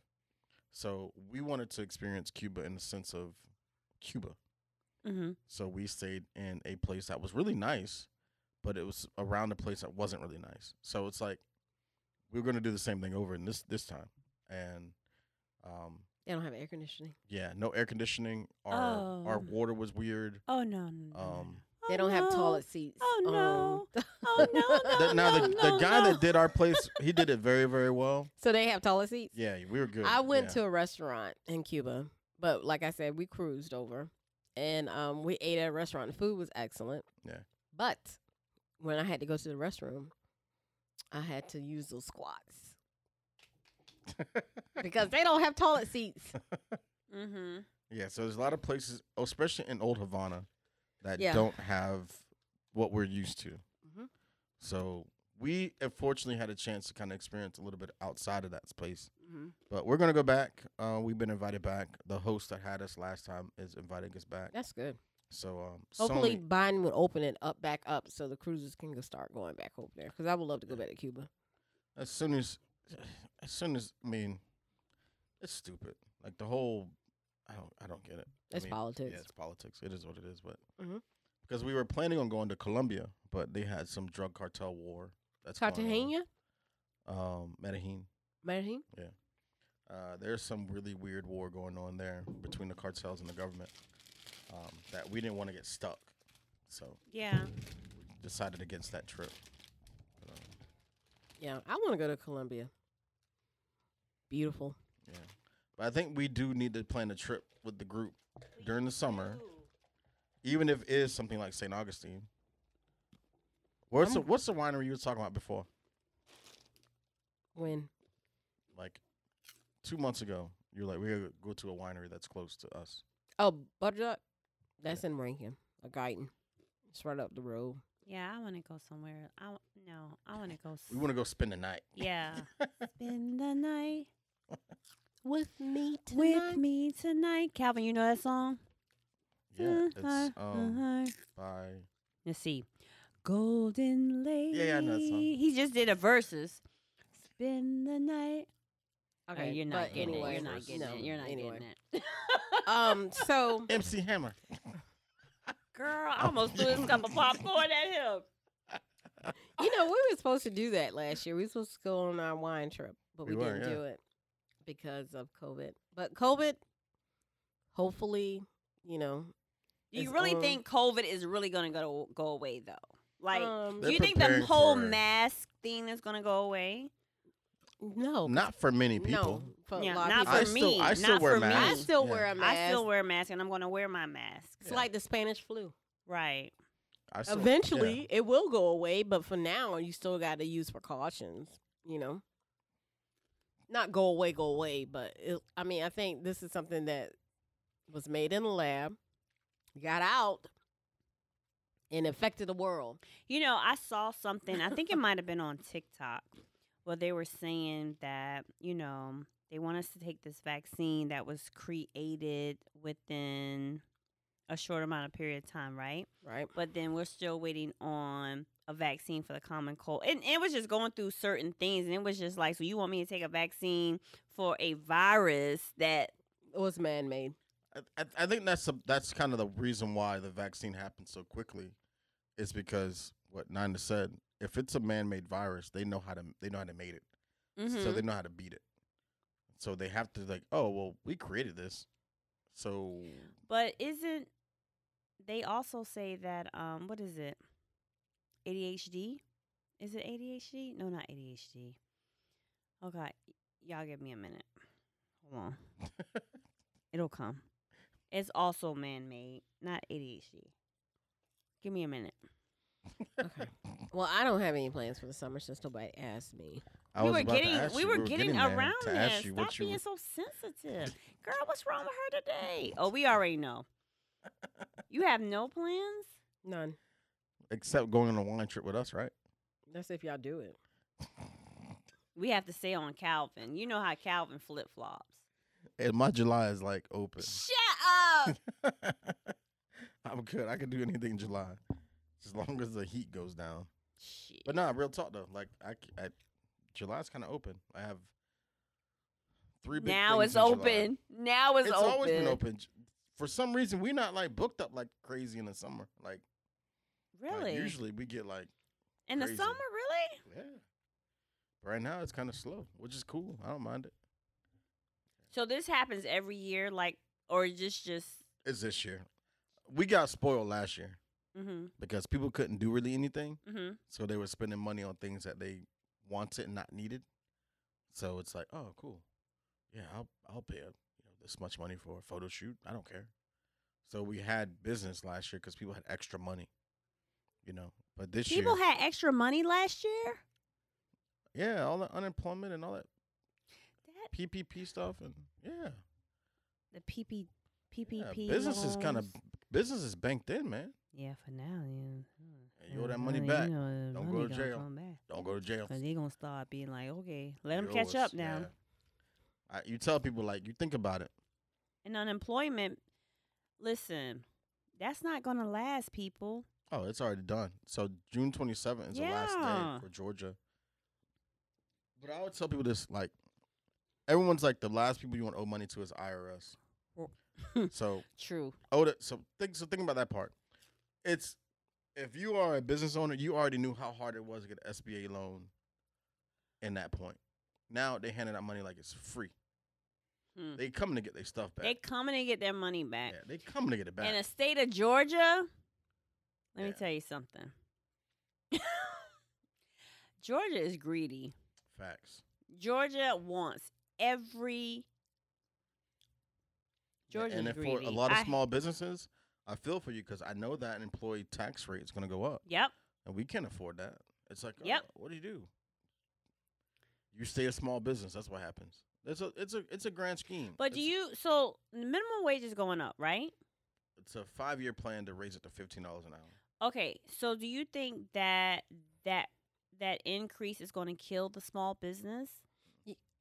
[SPEAKER 5] So we wanted to experience Cuba in the sense of Cuba.
[SPEAKER 1] Mm-hmm.
[SPEAKER 5] So we stayed in a place that was really nice, but it was around a place that wasn't really nice. So it's like we are going to do the same thing over in this this time, and um,
[SPEAKER 4] they don't have air conditioning.
[SPEAKER 5] yeah, no air conditioning. Our our
[SPEAKER 1] Oh.
[SPEAKER 5] water was weird.
[SPEAKER 1] Oh no. no, no, no,
[SPEAKER 5] Um,
[SPEAKER 1] no.
[SPEAKER 4] They
[SPEAKER 1] Oh,
[SPEAKER 4] don't have
[SPEAKER 1] no.
[SPEAKER 4] toilet seats.
[SPEAKER 1] Oh,
[SPEAKER 4] um,
[SPEAKER 1] no. Oh no. no
[SPEAKER 5] the, now the,
[SPEAKER 1] no,
[SPEAKER 5] the guy
[SPEAKER 1] no.
[SPEAKER 5] that did our place, he did it very very well.
[SPEAKER 4] so they have toilet seats.
[SPEAKER 5] Yeah, we were good.
[SPEAKER 4] I went
[SPEAKER 5] yeah.
[SPEAKER 4] to a restaurant in Cuba, but like I said, we cruised over, and um, we ate at a restaurant. The food was excellent.
[SPEAKER 5] Yeah.
[SPEAKER 4] But when I had to go to the restroom, I had to use those squats. because they don't have toilet seats.
[SPEAKER 1] Mm-hmm.
[SPEAKER 5] yeah. So there's a lot of places, especially in Old Havana, that
[SPEAKER 4] Yeah.
[SPEAKER 5] don't have what we're used to.
[SPEAKER 4] Mhm.
[SPEAKER 5] So we unfortunately had a chance to kind of experience a little bit outside of that space.
[SPEAKER 4] Mhm.
[SPEAKER 5] But we're gonna go back. Uh, we've been invited back. The host that had us last time is inviting us back.
[SPEAKER 4] That's good.
[SPEAKER 5] So um,
[SPEAKER 4] Hopefully,
[SPEAKER 5] Sony-
[SPEAKER 4] Biden will open it up back up so the cruises can go start going back over there. Because I would love to go back to Cuba.
[SPEAKER 5] as soon as, as soon as I mean, It's stupid. Like the whole, I don't, I don't get it. I
[SPEAKER 4] It's
[SPEAKER 5] mean,
[SPEAKER 4] politics.
[SPEAKER 5] Yeah, it's politics. It is what it is. But
[SPEAKER 4] Mhm.
[SPEAKER 5] because we were planning on going to Colombia, but they had some drug cartel war. That's going on.
[SPEAKER 4] Cartagena,
[SPEAKER 5] Um, Medellin.
[SPEAKER 4] Medellin.
[SPEAKER 5] Uh, there's some really weird war going on there between the cartels and the government um, that we didn't want to get stuck, so
[SPEAKER 1] Yeah.
[SPEAKER 5] decided against that trip. But, um,
[SPEAKER 4] Yeah, I want to go to Colombia. Beautiful.
[SPEAKER 5] But I think we do need to plan a trip with the group during the summer, even if it is something like St. Augustine. What's the, what's the winery you were talking about before?
[SPEAKER 4] When
[SPEAKER 5] Like two months ago, you're like, we're gonna go to a winery that's close to us.
[SPEAKER 4] oh Butterdut, that's in Rankin, a Guyton. It's right up the road.
[SPEAKER 1] Yeah, I want to go somewhere. I w- no, I want to go. S-
[SPEAKER 5] We want to go spend the night.
[SPEAKER 1] yeah, spend the night
[SPEAKER 4] With me
[SPEAKER 1] with me tonight, Calvin. You know that song? Uh-huh,
[SPEAKER 5] Yeah, it's um
[SPEAKER 1] uh-huh.
[SPEAKER 5] by
[SPEAKER 1] Let's see. Golden Lady.
[SPEAKER 5] Yeah, yeah, I know that song.
[SPEAKER 1] He just did a verses. Spend the night.
[SPEAKER 4] Okay,
[SPEAKER 1] oh, you're not
[SPEAKER 4] but
[SPEAKER 1] getting
[SPEAKER 4] anyway,
[SPEAKER 1] it. You're not
[SPEAKER 5] verses.
[SPEAKER 1] getting
[SPEAKER 4] no,
[SPEAKER 1] it. You're not
[SPEAKER 4] anyway.
[SPEAKER 1] getting it.
[SPEAKER 4] Um, so
[SPEAKER 5] MC Hammer.
[SPEAKER 1] Girl,
[SPEAKER 5] Oh,
[SPEAKER 1] I almost threw this cup of popcorn at him.
[SPEAKER 4] you know we were supposed to do that last year. We were supposed to go on our wine trip, but we,
[SPEAKER 5] We were,
[SPEAKER 4] didn't
[SPEAKER 5] yeah.
[SPEAKER 4] do it because of COVID. But COVID, hopefully, you know,
[SPEAKER 3] Do you
[SPEAKER 4] is
[SPEAKER 3] really
[SPEAKER 4] on-
[SPEAKER 3] think COVID is really gonna go go away though? Like,
[SPEAKER 4] um,
[SPEAKER 5] Uh, They're
[SPEAKER 3] do you think the
[SPEAKER 5] preparing
[SPEAKER 3] whole
[SPEAKER 5] for-
[SPEAKER 3] mask thing is gonna go away?
[SPEAKER 4] no,
[SPEAKER 5] Not for many
[SPEAKER 4] Oh. no,
[SPEAKER 5] people.
[SPEAKER 4] for
[SPEAKER 1] Yeah,
[SPEAKER 4] a lot
[SPEAKER 1] not
[SPEAKER 4] of people.
[SPEAKER 5] I
[SPEAKER 1] for
[SPEAKER 5] still,
[SPEAKER 1] me,
[SPEAKER 5] I still
[SPEAKER 1] not
[SPEAKER 5] wear
[SPEAKER 1] for me.
[SPEAKER 4] I
[SPEAKER 5] masks.
[SPEAKER 4] still
[SPEAKER 5] Yeah.
[SPEAKER 4] wear a mask.
[SPEAKER 1] I still wear a mask, and I'm going to wear my mask.
[SPEAKER 4] It's like the Spanish flu.
[SPEAKER 1] Right.
[SPEAKER 5] I still- yeah.
[SPEAKER 4] Eventually, it will go away, but for now, you still got to use precautions. You know, not go away, go away, but it, I mean, I think this is something that was made in the lab, got out, and affected the world.
[SPEAKER 1] You know, I saw something. I think it might have been on TikTok where they were saying that you know they want us to take this vaccine that was created within a short amount of period of time, right?
[SPEAKER 4] Right?
[SPEAKER 1] But then we're still waiting on a vaccine for the common cold. And it was just going through certain things, and it was just like, so you want me to take a vaccine for a virus that
[SPEAKER 4] It was man made.
[SPEAKER 5] I, I, I think that's the that's kind of the reason why the vaccine happened so quickly, is because what Nina said. If it's a man-made virus, they know how to they know how to made it,
[SPEAKER 1] Mm-hmm.
[SPEAKER 5] so they know how to beat it. So they have to like, oh well, we created this, so
[SPEAKER 1] But isn't they also say that um what is it? ADHD? Is it ADHD? No, not ADHD. Oh god, y- y'all give me a minute. Hold on. It'll come. It's also man made, not ADHD. Give me a minute.
[SPEAKER 4] Well, I don't have any plans for the summer since nobody asked me.
[SPEAKER 5] I
[SPEAKER 1] we
[SPEAKER 5] was
[SPEAKER 1] were
[SPEAKER 5] about to
[SPEAKER 1] getting
[SPEAKER 5] ask
[SPEAKER 1] we
[SPEAKER 5] you-
[SPEAKER 1] were getting,
[SPEAKER 5] there
[SPEAKER 1] around
[SPEAKER 5] to
[SPEAKER 1] this.
[SPEAKER 5] ask you
[SPEAKER 1] Stop
[SPEAKER 5] what you
[SPEAKER 1] being
[SPEAKER 5] were-
[SPEAKER 1] so sensitive. Girl, what's wrong with her today? Oh, we already know. You have no plans?
[SPEAKER 4] None.
[SPEAKER 5] except going on a wine trip with us, right?
[SPEAKER 4] That's if y'all do it.
[SPEAKER 1] We have to stay on Calvin. You know how Calvin flip flops.
[SPEAKER 5] And my July is like open.
[SPEAKER 3] Shut up!
[SPEAKER 5] I'm good. I can do anything in July, as long as the heat goes down.
[SPEAKER 1] Shit.
[SPEAKER 5] But nah, real talk though. Like I, c- I- July's kind of open. I have three. Big
[SPEAKER 1] Now
[SPEAKER 5] things
[SPEAKER 1] it's
[SPEAKER 5] in July.
[SPEAKER 1] open. Now it's,
[SPEAKER 5] It's
[SPEAKER 1] open.
[SPEAKER 5] always been open. J- For some reason, we're not like booked up like crazy in the summer. Like like,
[SPEAKER 1] Really?
[SPEAKER 5] usually we get like
[SPEAKER 1] In the
[SPEAKER 5] crazy.
[SPEAKER 1] summer, really?
[SPEAKER 5] yeah. Right now it's kind of slow, which is cool. I don't mind it.
[SPEAKER 1] So this happens every year, like, or just just.
[SPEAKER 5] It's this year. We got spoiled last year
[SPEAKER 1] Mm-hmm.
[SPEAKER 5] because people couldn't do really anything,
[SPEAKER 1] Mm-hmm.
[SPEAKER 5] so they were spending money on things that they wanted and not needed. So it's like, oh, cool. Yeah, I'll I'll pay up, you know this much money for a photo shoot. I don't care. So we had business last year because people had extra money, you know. But this year,
[SPEAKER 1] People had extra money last year.
[SPEAKER 5] Yeah, all the unemployment and all that
[SPEAKER 1] That
[SPEAKER 5] PPP stuff and yeah,
[SPEAKER 1] the PP
[SPEAKER 5] yeah,
[SPEAKER 1] PPP.
[SPEAKER 5] business is kind of
[SPEAKER 1] loans.
[SPEAKER 5] business is banked in, man.
[SPEAKER 1] Yeah, for now, yeah. Uh,
[SPEAKER 5] And you owe that money back.
[SPEAKER 1] know, the
[SPEAKER 5] Don't go
[SPEAKER 1] money
[SPEAKER 5] to
[SPEAKER 1] gonna
[SPEAKER 5] jail.
[SPEAKER 1] come back.
[SPEAKER 5] Don't go to jail.
[SPEAKER 1] Cause they gonna start being like, okay, let them
[SPEAKER 5] You
[SPEAKER 1] catch
[SPEAKER 5] owe us,
[SPEAKER 1] up now.
[SPEAKER 5] yeah. I, you tell people like you think about it.
[SPEAKER 1] And unemployment, listen, that's not gonna last, people.
[SPEAKER 5] Oh, it's already done. So June twenty seventh is the last
[SPEAKER 1] Yeah.
[SPEAKER 5] day for Georgia. But I would tell people this like everyone's like the last people you want to owe money to is IRS. so
[SPEAKER 3] True.
[SPEAKER 5] owe the, so think so think about that part. It's if you are a business owner, you already knew how hard it was to get an SBA loan. In that point, now they handing out money like it's free.
[SPEAKER 1] Hmm.
[SPEAKER 5] They coming to get their stuff back.
[SPEAKER 1] They coming to get their money
[SPEAKER 5] yeah,
[SPEAKER 1] back.
[SPEAKER 5] they coming to get it back.
[SPEAKER 1] In the state of Georgia, let me
[SPEAKER 5] Yeah.
[SPEAKER 1] tell you something. Georgia is greedy.
[SPEAKER 5] Facts.
[SPEAKER 1] Georgia wants every
[SPEAKER 5] Yeah,
[SPEAKER 1] Georgia's
[SPEAKER 5] and if for
[SPEAKER 1] greedy.
[SPEAKER 5] a lot of
[SPEAKER 1] I-
[SPEAKER 5] small businesses, I feel for you because I know that employee tax rate is going to go up,
[SPEAKER 1] Yep.
[SPEAKER 5] and we can't afford that. It's like,
[SPEAKER 1] Yep.
[SPEAKER 5] uh, what do you do? You stay a small business. That's what happens. It's a it's a it's a grand scheme.
[SPEAKER 1] But do
[SPEAKER 5] It's-
[SPEAKER 1] you so the minimum wage is going up, right?
[SPEAKER 5] It's a five year plan to raise it to fifteen dollars an hour.
[SPEAKER 1] Okay, so do you think that that that increase is going to kill the small business?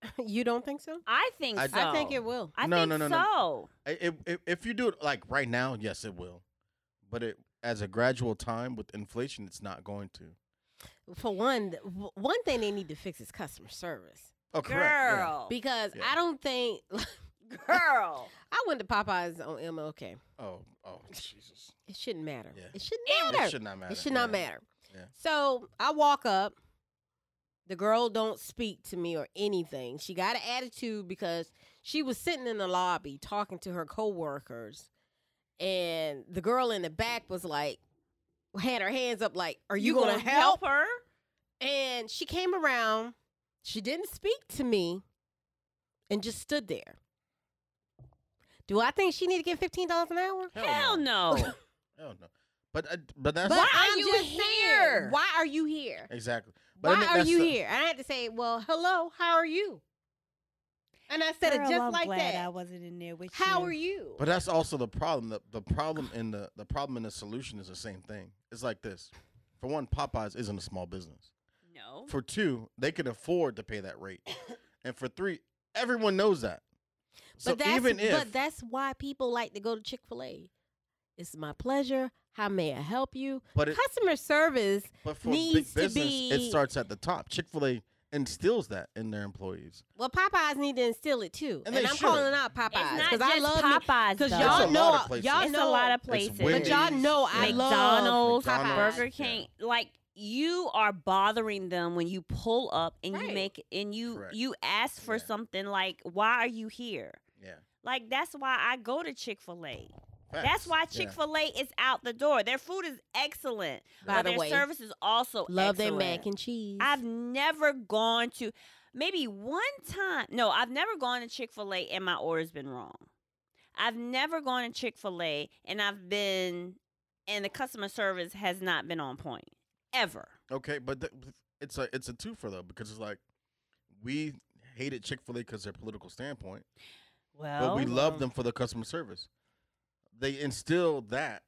[SPEAKER 4] you don't think so?
[SPEAKER 1] I think
[SPEAKER 5] I-
[SPEAKER 1] so.
[SPEAKER 4] I think it will.
[SPEAKER 1] I
[SPEAKER 5] No,
[SPEAKER 1] think
[SPEAKER 5] no, no,
[SPEAKER 1] so.
[SPEAKER 5] no. I- If, if if you do it like right now, yes, it will. But it as a gradual time with inflation, it's not going to.
[SPEAKER 4] For one, th- w- one thing they need to fix is customer service
[SPEAKER 5] Oh, correct. yeah.
[SPEAKER 1] Girl.
[SPEAKER 4] because
[SPEAKER 5] Yeah.
[SPEAKER 4] I don't think
[SPEAKER 1] Girl.
[SPEAKER 4] I went to Popeyes on MLK.
[SPEAKER 5] Oh, oh, Jesus.
[SPEAKER 4] It shouldn't matter.
[SPEAKER 5] Yeah.
[SPEAKER 4] It shouldn't matter.
[SPEAKER 5] It should not matter.
[SPEAKER 4] It should not
[SPEAKER 5] yeah.
[SPEAKER 4] matter.
[SPEAKER 5] Yeah.
[SPEAKER 4] So I walk up. The girl don't speak to me or anything. She got an attitude because she was sitting in the lobby talking to her coworkers, and the girl in the back was like, had her hands up, like, "Are you, gonna, help?"
[SPEAKER 1] her?
[SPEAKER 4] And she came around. She didn't speak to me, and just stood there. Do I think she need to get fifteen dollars an hour?
[SPEAKER 1] Hell, no.
[SPEAKER 5] Hell no. But I, but that's
[SPEAKER 4] But
[SPEAKER 1] Why are
[SPEAKER 4] I'm
[SPEAKER 1] you
[SPEAKER 4] just
[SPEAKER 1] here?
[SPEAKER 4] Why are you here?
[SPEAKER 5] exactly. But I
[SPEAKER 4] Why
[SPEAKER 5] mean,
[SPEAKER 4] are
[SPEAKER 5] that's
[SPEAKER 4] you
[SPEAKER 5] the-
[SPEAKER 4] here? And I had to say, well, hello, how are you? And I said it just like that.
[SPEAKER 1] wasn't in there with
[SPEAKER 4] how are you?
[SPEAKER 5] But that's also the problem. The the problem and the the problem and the solution is the same thing. It's like this. For one, Popeyes isn't a small business.
[SPEAKER 1] No.
[SPEAKER 5] For two, they can afford to pay that rate. and for three, everyone knows that. So
[SPEAKER 4] but that's,
[SPEAKER 5] even if
[SPEAKER 4] but that's why people like to go to Chick Fil A. It's my pleasure. How may I help you?
[SPEAKER 5] but it,
[SPEAKER 4] Customer service.
[SPEAKER 5] but for big
[SPEAKER 4] needs to
[SPEAKER 5] business, it
[SPEAKER 4] be-
[SPEAKER 5] starts at the top. Chick Fil A instills that in their employees.
[SPEAKER 4] Well, Popeyes need to instill it too,
[SPEAKER 5] And
[SPEAKER 4] and,
[SPEAKER 5] they
[SPEAKER 4] I'm
[SPEAKER 5] should.
[SPEAKER 4] calling out Popeyes
[SPEAKER 1] It's
[SPEAKER 4] because
[SPEAKER 1] not
[SPEAKER 4] I
[SPEAKER 1] just
[SPEAKER 4] love me-
[SPEAKER 1] Popeyes.
[SPEAKER 4] Cause
[SPEAKER 1] though.
[SPEAKER 5] It's
[SPEAKER 4] y'all
[SPEAKER 5] a
[SPEAKER 4] know,
[SPEAKER 5] lot of
[SPEAKER 4] y'all
[SPEAKER 5] places.
[SPEAKER 1] it's a lot
[SPEAKER 4] know-
[SPEAKER 1] of places.
[SPEAKER 5] Wendy's.
[SPEAKER 4] but y'all know I
[SPEAKER 5] Yeah.
[SPEAKER 4] love
[SPEAKER 1] McDonald's,
[SPEAKER 5] McDonald's,
[SPEAKER 1] Burger
[SPEAKER 5] yeah.
[SPEAKER 1] King. Like you are bothering them when you pull up and
[SPEAKER 4] Right.
[SPEAKER 1] you make and you
[SPEAKER 5] Correct.
[SPEAKER 1] you ask for
[SPEAKER 5] Yeah.
[SPEAKER 1] something like, why are you here?
[SPEAKER 5] Yeah.
[SPEAKER 1] Like that's why I go to Chick Fil A.
[SPEAKER 5] Facts.
[SPEAKER 1] That's why
[SPEAKER 5] Yeah.
[SPEAKER 1] Chick Fil A is out the door. Their food is excellent,
[SPEAKER 4] By
[SPEAKER 1] but
[SPEAKER 4] the
[SPEAKER 1] their
[SPEAKER 4] way,
[SPEAKER 1] service is also
[SPEAKER 4] love their
[SPEAKER 1] excellent.
[SPEAKER 4] mac and cheese.
[SPEAKER 1] I've never gone to maybe one time. No, I've never gone to Chick Fil A and my order's been wrong. I've never gone to Chick Fil A and I've been and the customer service has not been on point ever.
[SPEAKER 5] Okay, but th- it's a it's a twofer though because it's like we hated Chick Fil A because their political standpoint,
[SPEAKER 1] Well, Mm.
[SPEAKER 5] but
[SPEAKER 1] Oh.
[SPEAKER 5] we love them for their customer service. They instill that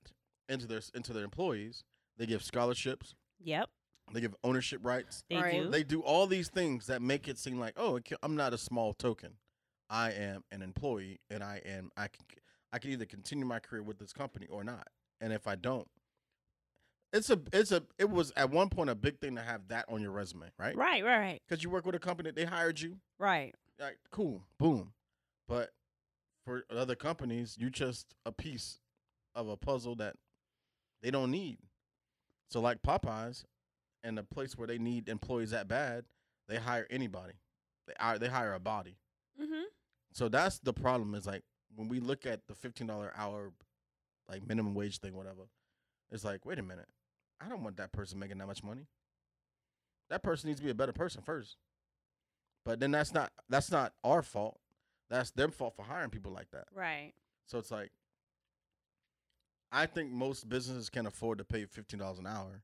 [SPEAKER 5] into their s- into their employees. They give scholarships.
[SPEAKER 1] Yep,
[SPEAKER 5] They give ownership rights.
[SPEAKER 1] they
[SPEAKER 4] Right.
[SPEAKER 1] do.
[SPEAKER 5] They do all these things that make it seem like oh, it ca- I'm not a small token. I am an employee, and I am I can I can either continue my career with this company or not. And if I don't, it's a it's a it was at one point a big thing to have that on your resume, right?
[SPEAKER 1] right, right, right,
[SPEAKER 5] because you work with a company that they hired you.
[SPEAKER 1] right.
[SPEAKER 5] Like, cool, boom. But for other companies, you just a piece of a puzzle that they don't need. So, like Popeyes, and the place where they need employees that bad, they hire anybody. They hire they hire a body.
[SPEAKER 1] Mm-hmm.
[SPEAKER 5] So that's the problem. Is like when we look at the fifteen dollar hour, like minimum wage thing, whatever. It's like, wait a minute, I don't want that person making that much money. That person needs to be a better person first. But then that's not that's not our fault. That's their fault for hiring people like that.
[SPEAKER 1] Right.
[SPEAKER 5] So it's like, I think most businesses can afford to pay fifteen dollars an hour,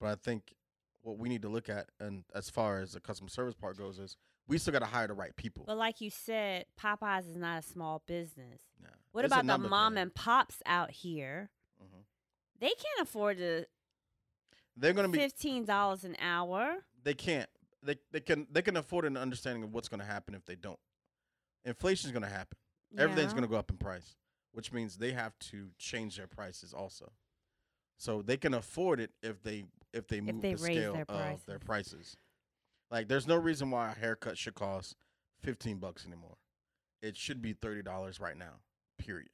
[SPEAKER 5] but I think what we need to look at, and as far as the customer service part goes, is we still got to hire the right people.
[SPEAKER 1] But like you said, Popeyes is not a small business.
[SPEAKER 5] Nah,
[SPEAKER 1] What
[SPEAKER 5] it's a
[SPEAKER 1] about the
[SPEAKER 5] number
[SPEAKER 1] mom
[SPEAKER 5] thing.
[SPEAKER 1] and pops out here?
[SPEAKER 5] Mhm.
[SPEAKER 1] They can't afford to
[SPEAKER 5] They're gonna be.
[SPEAKER 1] fifteen dollars an hour.
[SPEAKER 5] They can't. They they can they can afford an understanding of what's gonna happen if they don't. Inflation's gonna happen. Everything's
[SPEAKER 1] Yeah.
[SPEAKER 5] gonna go up in price, which means they have to change their prices also. So they can afford it if they if they move
[SPEAKER 1] they
[SPEAKER 5] the
[SPEAKER 1] raise
[SPEAKER 5] scale
[SPEAKER 1] their
[SPEAKER 5] of their prices. Like there's no reason why a haircut should cost fifteen bucks anymore. It should be thirty dollars right now, period.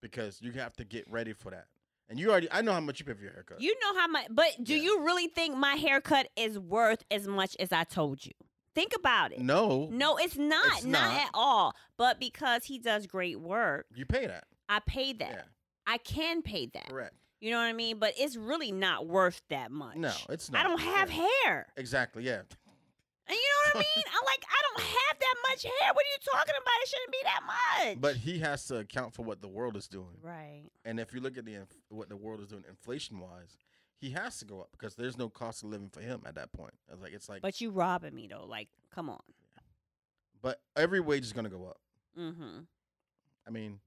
[SPEAKER 5] Because you have to get ready for that, and you already I know how much you pay for your haircut.
[SPEAKER 1] You know how much, but do
[SPEAKER 5] Yeah.
[SPEAKER 1] you really think my haircut is worth as much as I told you? Think about it.
[SPEAKER 5] no,
[SPEAKER 1] No, it's not,
[SPEAKER 5] It's
[SPEAKER 1] not,
[SPEAKER 5] not.
[SPEAKER 1] at all. But because he does great work,
[SPEAKER 5] you pay that.
[SPEAKER 1] I pay that. I can pay
[SPEAKER 5] Yeah,
[SPEAKER 1] that.
[SPEAKER 5] correct.
[SPEAKER 1] You know what I mean? But it's really not worth that much.
[SPEAKER 5] No, it's not.
[SPEAKER 1] I don't have
[SPEAKER 5] Yeah.
[SPEAKER 1] hair.
[SPEAKER 5] Exactly. Yeah.
[SPEAKER 1] And you know what I mean? I'm like, I don't have that much hair. What are you talking about? It shouldn't be that much.
[SPEAKER 5] But he has to account for what the world is doing.
[SPEAKER 1] right.
[SPEAKER 5] And if you look at the inf- what the world is doing inflation wise, he has to go up because there's no cost of living for him at that point. It's like it's like but,
[SPEAKER 1] But you robbing me though. Like, come on.
[SPEAKER 5] every wage is gonna go up.
[SPEAKER 1] Mm-hmm.
[SPEAKER 5] I mean,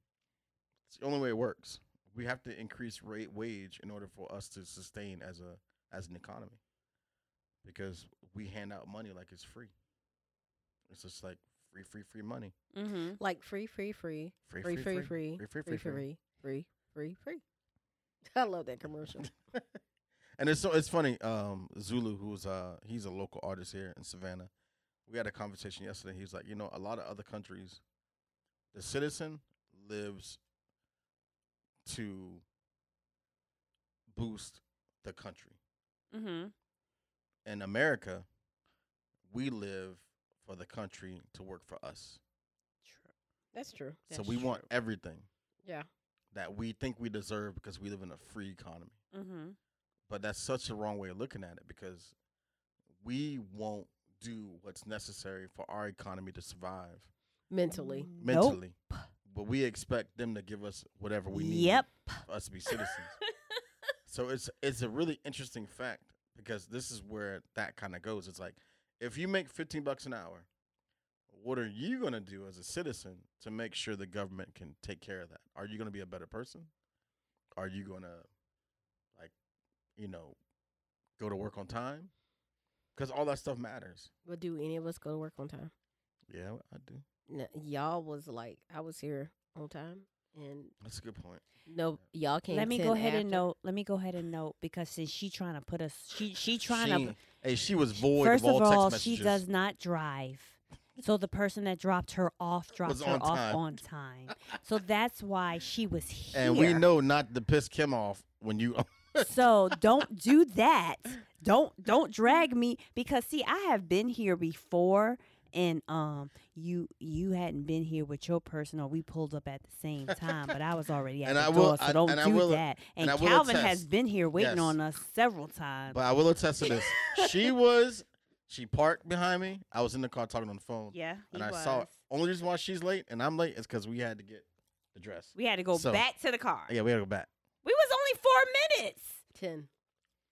[SPEAKER 5] it's the only way it works. We have to increase rate wage in order for us to sustain as a as an economy. Because we hand out money like it's free. It's just like free, free, free money.
[SPEAKER 1] Mm-hmm.
[SPEAKER 4] Like free, free, free,
[SPEAKER 5] Free,
[SPEAKER 4] free, free, free,
[SPEAKER 5] free,
[SPEAKER 4] free, free,
[SPEAKER 5] free, free,
[SPEAKER 4] free, free, free, free, I love that commercial.
[SPEAKER 5] And it's so it's funny. Um, Zulu, who's uh he's a local artist here in Savannah, we had a conversation yesterday. He was like, you know, a lot of other countries, the citizen lives to boost the country.
[SPEAKER 1] Mm-hmm.
[SPEAKER 5] In America, we live for the country to work for us.
[SPEAKER 4] That's true.
[SPEAKER 5] so we want everything
[SPEAKER 4] Yeah.
[SPEAKER 5] that we think we deserve because we live in a free economy.
[SPEAKER 1] Mm-hmm.
[SPEAKER 5] but that's such a wrong way of looking at it because we won't do what's necessary for our economy to survive
[SPEAKER 4] Mentally.
[SPEAKER 5] mentally. But we expect them to give us whatever we need
[SPEAKER 1] Yep.
[SPEAKER 5] for us to be citizens. so it's it's a really interesting fact because this is where that kind of goes. It's like if you make 15 bucks an hour, what are you going to do as a citizen to make sure the government can take care of that? Are you going to be a better person? Are you going to like you know go to work on time? Cuz all that stuff matters.
[SPEAKER 4] But do any of us go to work on time?
[SPEAKER 5] Yeah, I do.
[SPEAKER 4] No, y'all was like, I was here on time, and
[SPEAKER 5] That's a good point.
[SPEAKER 4] no, y'all can't.
[SPEAKER 1] Let me go
[SPEAKER 4] send
[SPEAKER 1] ahead and
[SPEAKER 4] after.
[SPEAKER 1] note. Let me go ahead and note because since she trying to put us, she she trying
[SPEAKER 5] she,
[SPEAKER 1] to.
[SPEAKER 5] Hey, she was void
[SPEAKER 1] First
[SPEAKER 5] of all, text messages.
[SPEAKER 1] she does not drive. So the person that dropped her off dropped
[SPEAKER 5] Was
[SPEAKER 1] her
[SPEAKER 5] on
[SPEAKER 1] off
[SPEAKER 5] time.
[SPEAKER 1] on time. So that's why she was here.
[SPEAKER 5] And we know not to piss Kim off when you.
[SPEAKER 1] So don't do that. Don't don't drag me because see I have been here before and um you you hadn't been here with your person or we pulled up at the same time but I was already at
[SPEAKER 5] And
[SPEAKER 1] the
[SPEAKER 5] I
[SPEAKER 1] door
[SPEAKER 5] will-
[SPEAKER 1] so
[SPEAKER 5] I-
[SPEAKER 1] don't
[SPEAKER 5] and I
[SPEAKER 1] do
[SPEAKER 5] will-
[SPEAKER 1] that. And,
[SPEAKER 5] and I will
[SPEAKER 1] Calvin has
[SPEAKER 5] attest.
[SPEAKER 1] been here waiting
[SPEAKER 5] Yes.
[SPEAKER 1] on us several times.
[SPEAKER 5] But I will attest to this. she was. She parked behind me. I was in the car talking on the phone.
[SPEAKER 1] yeah, he
[SPEAKER 5] and I
[SPEAKER 1] was.
[SPEAKER 5] saw it. Only reason why she's late and I'm late is because we had to get the dress.
[SPEAKER 1] We had to go
[SPEAKER 5] So-
[SPEAKER 1] back to the car.
[SPEAKER 5] Yeah, we had to go back.
[SPEAKER 1] We was only 4 minutes.
[SPEAKER 4] ten.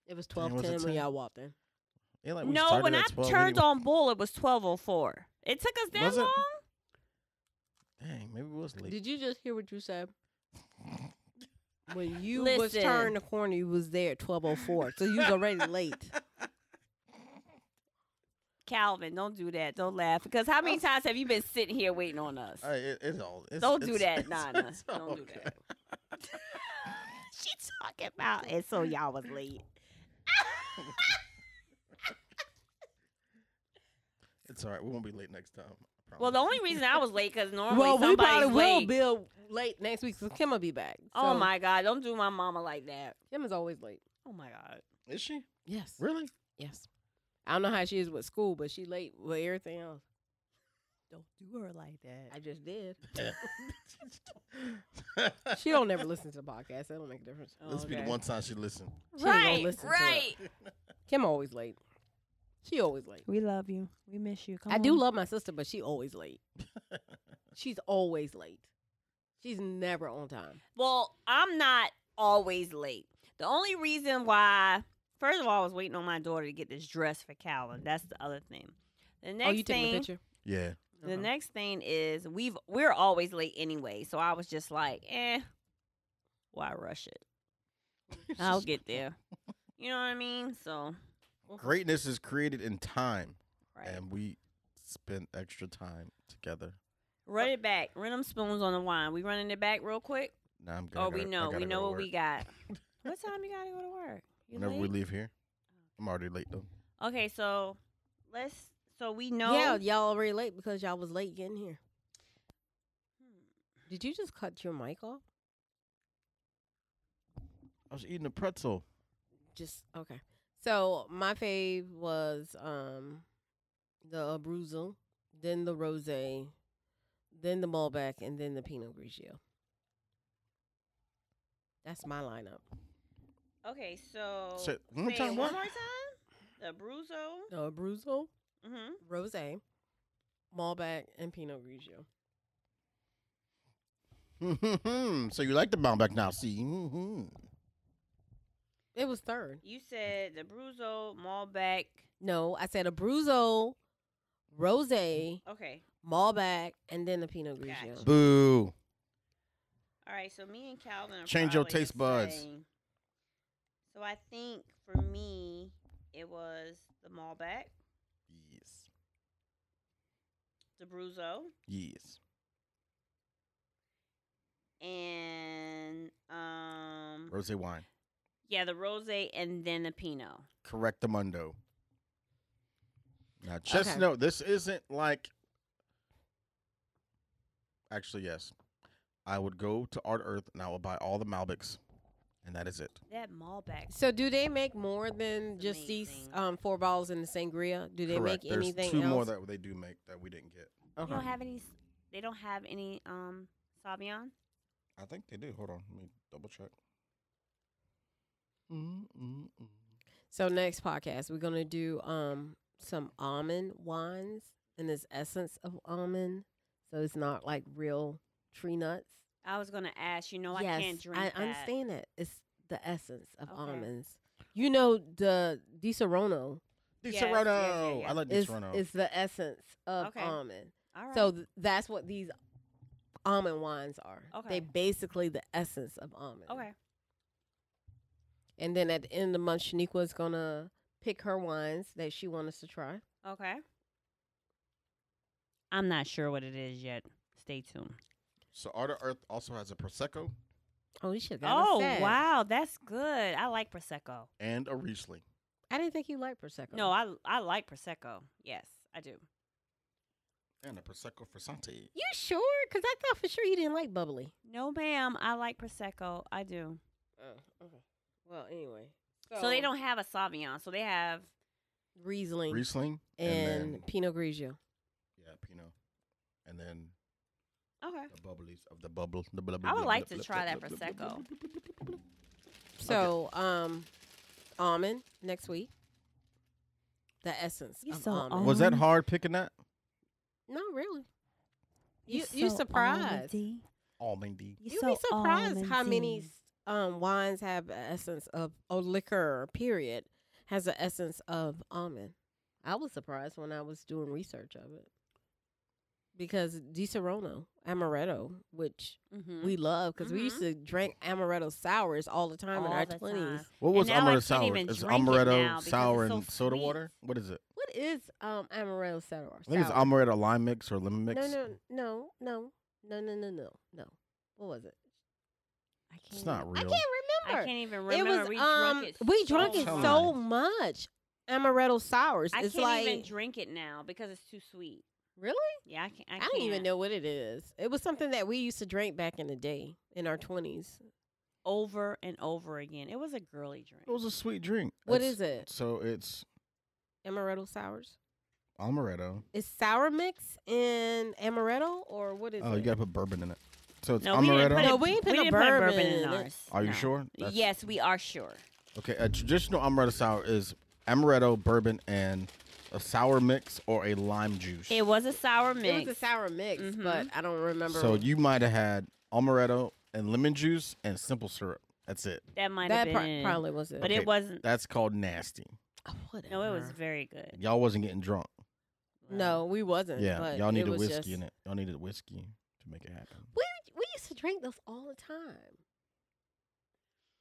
[SPEAKER 4] It was
[SPEAKER 5] Damn,
[SPEAKER 4] twelve
[SPEAKER 5] was it
[SPEAKER 4] ten when
[SPEAKER 5] 10?
[SPEAKER 4] y'all walked in.
[SPEAKER 5] Yeah, like we
[SPEAKER 1] No,
[SPEAKER 5] started
[SPEAKER 1] when
[SPEAKER 5] at
[SPEAKER 1] I
[SPEAKER 5] 12
[SPEAKER 1] turned
[SPEAKER 5] anyway.
[SPEAKER 1] on bull, it was twelve oh four. It took us that
[SPEAKER 5] Was it?
[SPEAKER 1] long.
[SPEAKER 5] Dang, maybe we was late.
[SPEAKER 4] Did you just hear what you said? When you was
[SPEAKER 1] Listen.
[SPEAKER 4] turned the corner, you was there at twelve oh four. So you was already late.
[SPEAKER 1] Calvin, don't do that. Don't laugh because how many times have you been sitting here waiting on us?
[SPEAKER 5] All right, it- it's all. It's,
[SPEAKER 1] Don't do
[SPEAKER 5] it's-
[SPEAKER 1] that,
[SPEAKER 5] it's-
[SPEAKER 1] Nana.
[SPEAKER 5] it's
[SPEAKER 1] Don't
[SPEAKER 5] all
[SPEAKER 1] do that.
[SPEAKER 5] good.
[SPEAKER 1] She talking about and so y'all was late.
[SPEAKER 5] It's all right. We won't be late next time. I
[SPEAKER 1] Well, the
[SPEAKER 5] promise.
[SPEAKER 1] only reason I was late because normally
[SPEAKER 4] well, we
[SPEAKER 1] somebody's
[SPEAKER 4] probably will
[SPEAKER 1] late.
[SPEAKER 4] be a- late next week because Kim will be back.
[SPEAKER 1] Oh
[SPEAKER 4] So,
[SPEAKER 1] my god! Don't do my mama like that.
[SPEAKER 4] Kim is always late.
[SPEAKER 1] Oh my god.
[SPEAKER 5] is she
[SPEAKER 4] Yes.
[SPEAKER 5] really?
[SPEAKER 4] Yes. I don't know how she is with school, but she late with everything else.
[SPEAKER 1] Don't do her like that.
[SPEAKER 4] I just did.
[SPEAKER 5] Let's
[SPEAKER 4] She don't never listen to the podcast. That don't make a difference.
[SPEAKER 5] be the
[SPEAKER 1] okay.
[SPEAKER 5] one time she listened.
[SPEAKER 4] She ain't gonna
[SPEAKER 1] Right,
[SPEAKER 4] listen to it.
[SPEAKER 1] right.
[SPEAKER 4] Kim always late. She always late.
[SPEAKER 1] We love you. We miss you. Come
[SPEAKER 4] I do love my sister, but she always late. She's always late. She's never on time. Oh,
[SPEAKER 1] Well, I'm not always late. The only reason why, first of all, I was waiting on my daughter to get this dress for Calvin. That's the other thing. The next
[SPEAKER 4] oh, you taking
[SPEAKER 1] thing,
[SPEAKER 4] a picture? Uh-huh.
[SPEAKER 5] Yeah.
[SPEAKER 1] the
[SPEAKER 4] Okay.
[SPEAKER 1] next thing is we've we're always late anyway. So I was just like, eh, why rush it? I'll get there. You know what I mean? So
[SPEAKER 5] Greatness is created in time,
[SPEAKER 1] right,
[SPEAKER 5] and we spend extra time together.
[SPEAKER 1] run it back. Run them spoons on the wine. We running it back real quick.
[SPEAKER 5] Now I'm good.
[SPEAKER 1] Oh, we know. We know what we got. what time you gotta go to work? You
[SPEAKER 5] Whenever
[SPEAKER 1] late?
[SPEAKER 5] we leave here, I'm already late though.
[SPEAKER 1] Okay, so let's So we know.
[SPEAKER 4] Yeah, y'all already late because y'all was late getting here. Did you just cut your mic off?
[SPEAKER 5] I was eating a pretzel.
[SPEAKER 4] Just okay. So my fave was um the Abruzzo, then the Rosé, then the Malbec, and then the Pinot Grigio. That's my lineup.
[SPEAKER 1] Okay, so
[SPEAKER 5] Say- one more
[SPEAKER 1] Oh, say it
[SPEAKER 5] time,
[SPEAKER 1] one
[SPEAKER 5] what?
[SPEAKER 1] more time. The Bruzo.
[SPEAKER 4] The Abruzzo,
[SPEAKER 1] Mm-hmm.
[SPEAKER 4] Rosé, Malbec, and Pinot Grigio.
[SPEAKER 5] Hmm. so you like the Malbec now? See, Mhm.
[SPEAKER 4] It was third.
[SPEAKER 1] You said the Bruzo, Malbec.
[SPEAKER 4] No, I said Abruzzo, Rosé,
[SPEAKER 1] Okay.
[SPEAKER 4] Malbec, and then the Pinot Grigio.
[SPEAKER 1] Gotcha.
[SPEAKER 5] boo.
[SPEAKER 1] All right, so me and Calvin are
[SPEAKER 5] Change your
[SPEAKER 1] probably the
[SPEAKER 5] taste buds.
[SPEAKER 1] same. So I think for me, it was the Malbec,
[SPEAKER 5] Yes,
[SPEAKER 1] the Bruzo,
[SPEAKER 5] yes.
[SPEAKER 1] and um,
[SPEAKER 5] Rosé wine.
[SPEAKER 1] yeah, the Rosé, and then the Pinot.
[SPEAKER 5] Correctamundo. Now, just
[SPEAKER 4] Okay.
[SPEAKER 5] know this isn't like. Actually, yes, I would go to Art Earth and I will buy all the Malbecs, and that is it.
[SPEAKER 1] That Malbec.
[SPEAKER 4] So do they make more than
[SPEAKER 1] It's
[SPEAKER 4] just these
[SPEAKER 1] amazing.
[SPEAKER 4] um, four bottles in the sangria? Do they
[SPEAKER 5] Correct.
[SPEAKER 4] make
[SPEAKER 5] There's
[SPEAKER 4] anything
[SPEAKER 5] two
[SPEAKER 4] else?
[SPEAKER 5] more that they do make that we didn't get.
[SPEAKER 1] They don't
[SPEAKER 4] okay.
[SPEAKER 1] have any. s- They don't have any um Sauvignon.
[SPEAKER 5] I think they do. Hold on, let me double check. mm mm mm.
[SPEAKER 4] So next podcast, we're gonna do um, some almond wines and this essence of almond. So it's not like real tree nuts.
[SPEAKER 1] I was gonna ask. You know, I
[SPEAKER 4] Yes,
[SPEAKER 1] can't drink.
[SPEAKER 4] I
[SPEAKER 1] that.
[SPEAKER 4] understand that. It's the essence of
[SPEAKER 1] Okay.
[SPEAKER 4] almonds. You know the Di Serono
[SPEAKER 5] Di
[SPEAKER 1] Yes, yes,
[SPEAKER 5] Serrano.
[SPEAKER 1] yeah, yeah.
[SPEAKER 5] I like Di
[SPEAKER 4] is,
[SPEAKER 5] Serrano.
[SPEAKER 4] is the essence of
[SPEAKER 1] Okay.
[SPEAKER 4] almond.
[SPEAKER 1] All right.
[SPEAKER 4] So th- that's what these almond wines are.
[SPEAKER 1] Okay.
[SPEAKER 4] They basically the essence of almond.
[SPEAKER 1] okay.
[SPEAKER 4] And then at the end of the month, Shaniqua is gonna pick her wines that she wants us to try.
[SPEAKER 1] Okay. I'm not sure what it is yet. Stay tuned.
[SPEAKER 5] so Art of Earth also has a prosecco
[SPEAKER 4] Oh, you should.
[SPEAKER 1] Oh wow, that's good. I like prosecco.
[SPEAKER 5] and a Riesling.
[SPEAKER 4] I didn't think you liked prosecco.
[SPEAKER 1] No, I I like prosecco. Yes, I do.
[SPEAKER 5] And a prosecco frizzante.
[SPEAKER 4] you sure? Because I thought for sure you didn't like bubbly.
[SPEAKER 1] No, ma'am, I like prosecco. I do.
[SPEAKER 4] Oh, okay. Well, anyway.
[SPEAKER 1] So, they don't have a sauvignon. So they have
[SPEAKER 4] Riesling
[SPEAKER 5] Riesling
[SPEAKER 4] and,
[SPEAKER 5] then
[SPEAKER 4] Pinot Grigio.
[SPEAKER 5] yeah, Pinot, and then
[SPEAKER 1] okay.
[SPEAKER 5] the bubblies of the bubble. The blah,
[SPEAKER 1] I would like to try that prosecco.
[SPEAKER 4] So um, almond next week. The essence
[SPEAKER 1] You
[SPEAKER 4] of
[SPEAKER 1] so
[SPEAKER 4] almond.
[SPEAKER 1] almond.
[SPEAKER 5] Was that hard picking that?
[SPEAKER 4] No, really. You you surprised.
[SPEAKER 5] Almondy.
[SPEAKER 4] You'd be surprised how many s- um, wines have a essence of or liquor period has an essence of almond. I was surprised when I was doing research of it because Di Serono amaretto, which
[SPEAKER 1] Mm-hmm.
[SPEAKER 4] we love because we used to drink amaretto sours Mm-hmm. all the time in our twenties.
[SPEAKER 5] What was
[SPEAKER 1] now I
[SPEAKER 5] amaretto
[SPEAKER 1] can't
[SPEAKER 5] sour?
[SPEAKER 1] even
[SPEAKER 5] Is
[SPEAKER 1] drink it now
[SPEAKER 5] amaretto
[SPEAKER 1] because
[SPEAKER 5] sour
[SPEAKER 1] it's so
[SPEAKER 5] and soda
[SPEAKER 1] sweet.
[SPEAKER 5] water? What is it?
[SPEAKER 4] What is um amaretto sour?
[SPEAKER 5] I think it's
[SPEAKER 4] sour?
[SPEAKER 5] amaretto lime mix or lemon mix.
[SPEAKER 4] No, no, no, no, no, no, no, no, no. What was it?
[SPEAKER 1] I can't
[SPEAKER 5] It's not
[SPEAKER 1] even-
[SPEAKER 5] real.
[SPEAKER 4] I can't remember.
[SPEAKER 1] I can't even remember. we drunk it.
[SPEAKER 4] um, we
[SPEAKER 1] so
[SPEAKER 4] drunk it
[SPEAKER 5] much.
[SPEAKER 4] so much. Amaretto sours.
[SPEAKER 1] I
[SPEAKER 4] it's
[SPEAKER 1] can't
[SPEAKER 4] like
[SPEAKER 1] even drink it now because it's too sweet.
[SPEAKER 4] really.
[SPEAKER 1] Yeah, I can't. I,
[SPEAKER 4] I, don't even
[SPEAKER 1] can't.
[SPEAKER 4] know what it is. It was something that we used to drink back in the day in our twenties.
[SPEAKER 1] Over and over again. It was a girly drink.
[SPEAKER 5] It was a sweet drink.
[SPEAKER 4] What
[SPEAKER 5] It's-
[SPEAKER 4] is it?
[SPEAKER 5] So it's
[SPEAKER 4] Amaretto sours.
[SPEAKER 5] amaretto.
[SPEAKER 4] Is sour mix in amaretto or what is
[SPEAKER 5] Oh,
[SPEAKER 4] it?
[SPEAKER 5] you gotta put bourbon in it. So it's
[SPEAKER 1] No, we didn't
[SPEAKER 5] amaretto.
[SPEAKER 1] put
[SPEAKER 4] No,
[SPEAKER 1] it-
[SPEAKER 4] we ain't put no
[SPEAKER 1] didn't put bourbon in
[SPEAKER 4] bourbon in it.
[SPEAKER 1] ours.
[SPEAKER 5] Are you
[SPEAKER 1] No.
[SPEAKER 5] sure? That's-
[SPEAKER 1] yes, we are sure.
[SPEAKER 5] Okay, a traditional amaretto sour is amaretto, bourbon, and a sour mix or a lime juice.
[SPEAKER 1] It was a sour mix. Mm-hmm.
[SPEAKER 4] It was a sour mix, but I don't remember.
[SPEAKER 5] so you might have had amaretto and lemon juice and simple syrup. That's it.
[SPEAKER 1] That might have
[SPEAKER 4] that
[SPEAKER 1] been
[SPEAKER 4] pro-
[SPEAKER 1] it.
[SPEAKER 4] probably was it.
[SPEAKER 1] but it
[SPEAKER 5] Okay.
[SPEAKER 1] wasn't.
[SPEAKER 5] That's called nasty.
[SPEAKER 4] Oh, whatever.
[SPEAKER 1] No, it was very good.
[SPEAKER 5] Y'all wasn't getting drunk.
[SPEAKER 4] No, we wasn't.
[SPEAKER 5] Yeah,
[SPEAKER 4] but
[SPEAKER 5] y'all
[SPEAKER 4] it
[SPEAKER 5] needed
[SPEAKER 4] was
[SPEAKER 5] whiskey
[SPEAKER 4] just,
[SPEAKER 5] in it. Y'all needed whiskey to make it happen.
[SPEAKER 4] We we used to drink those all the time.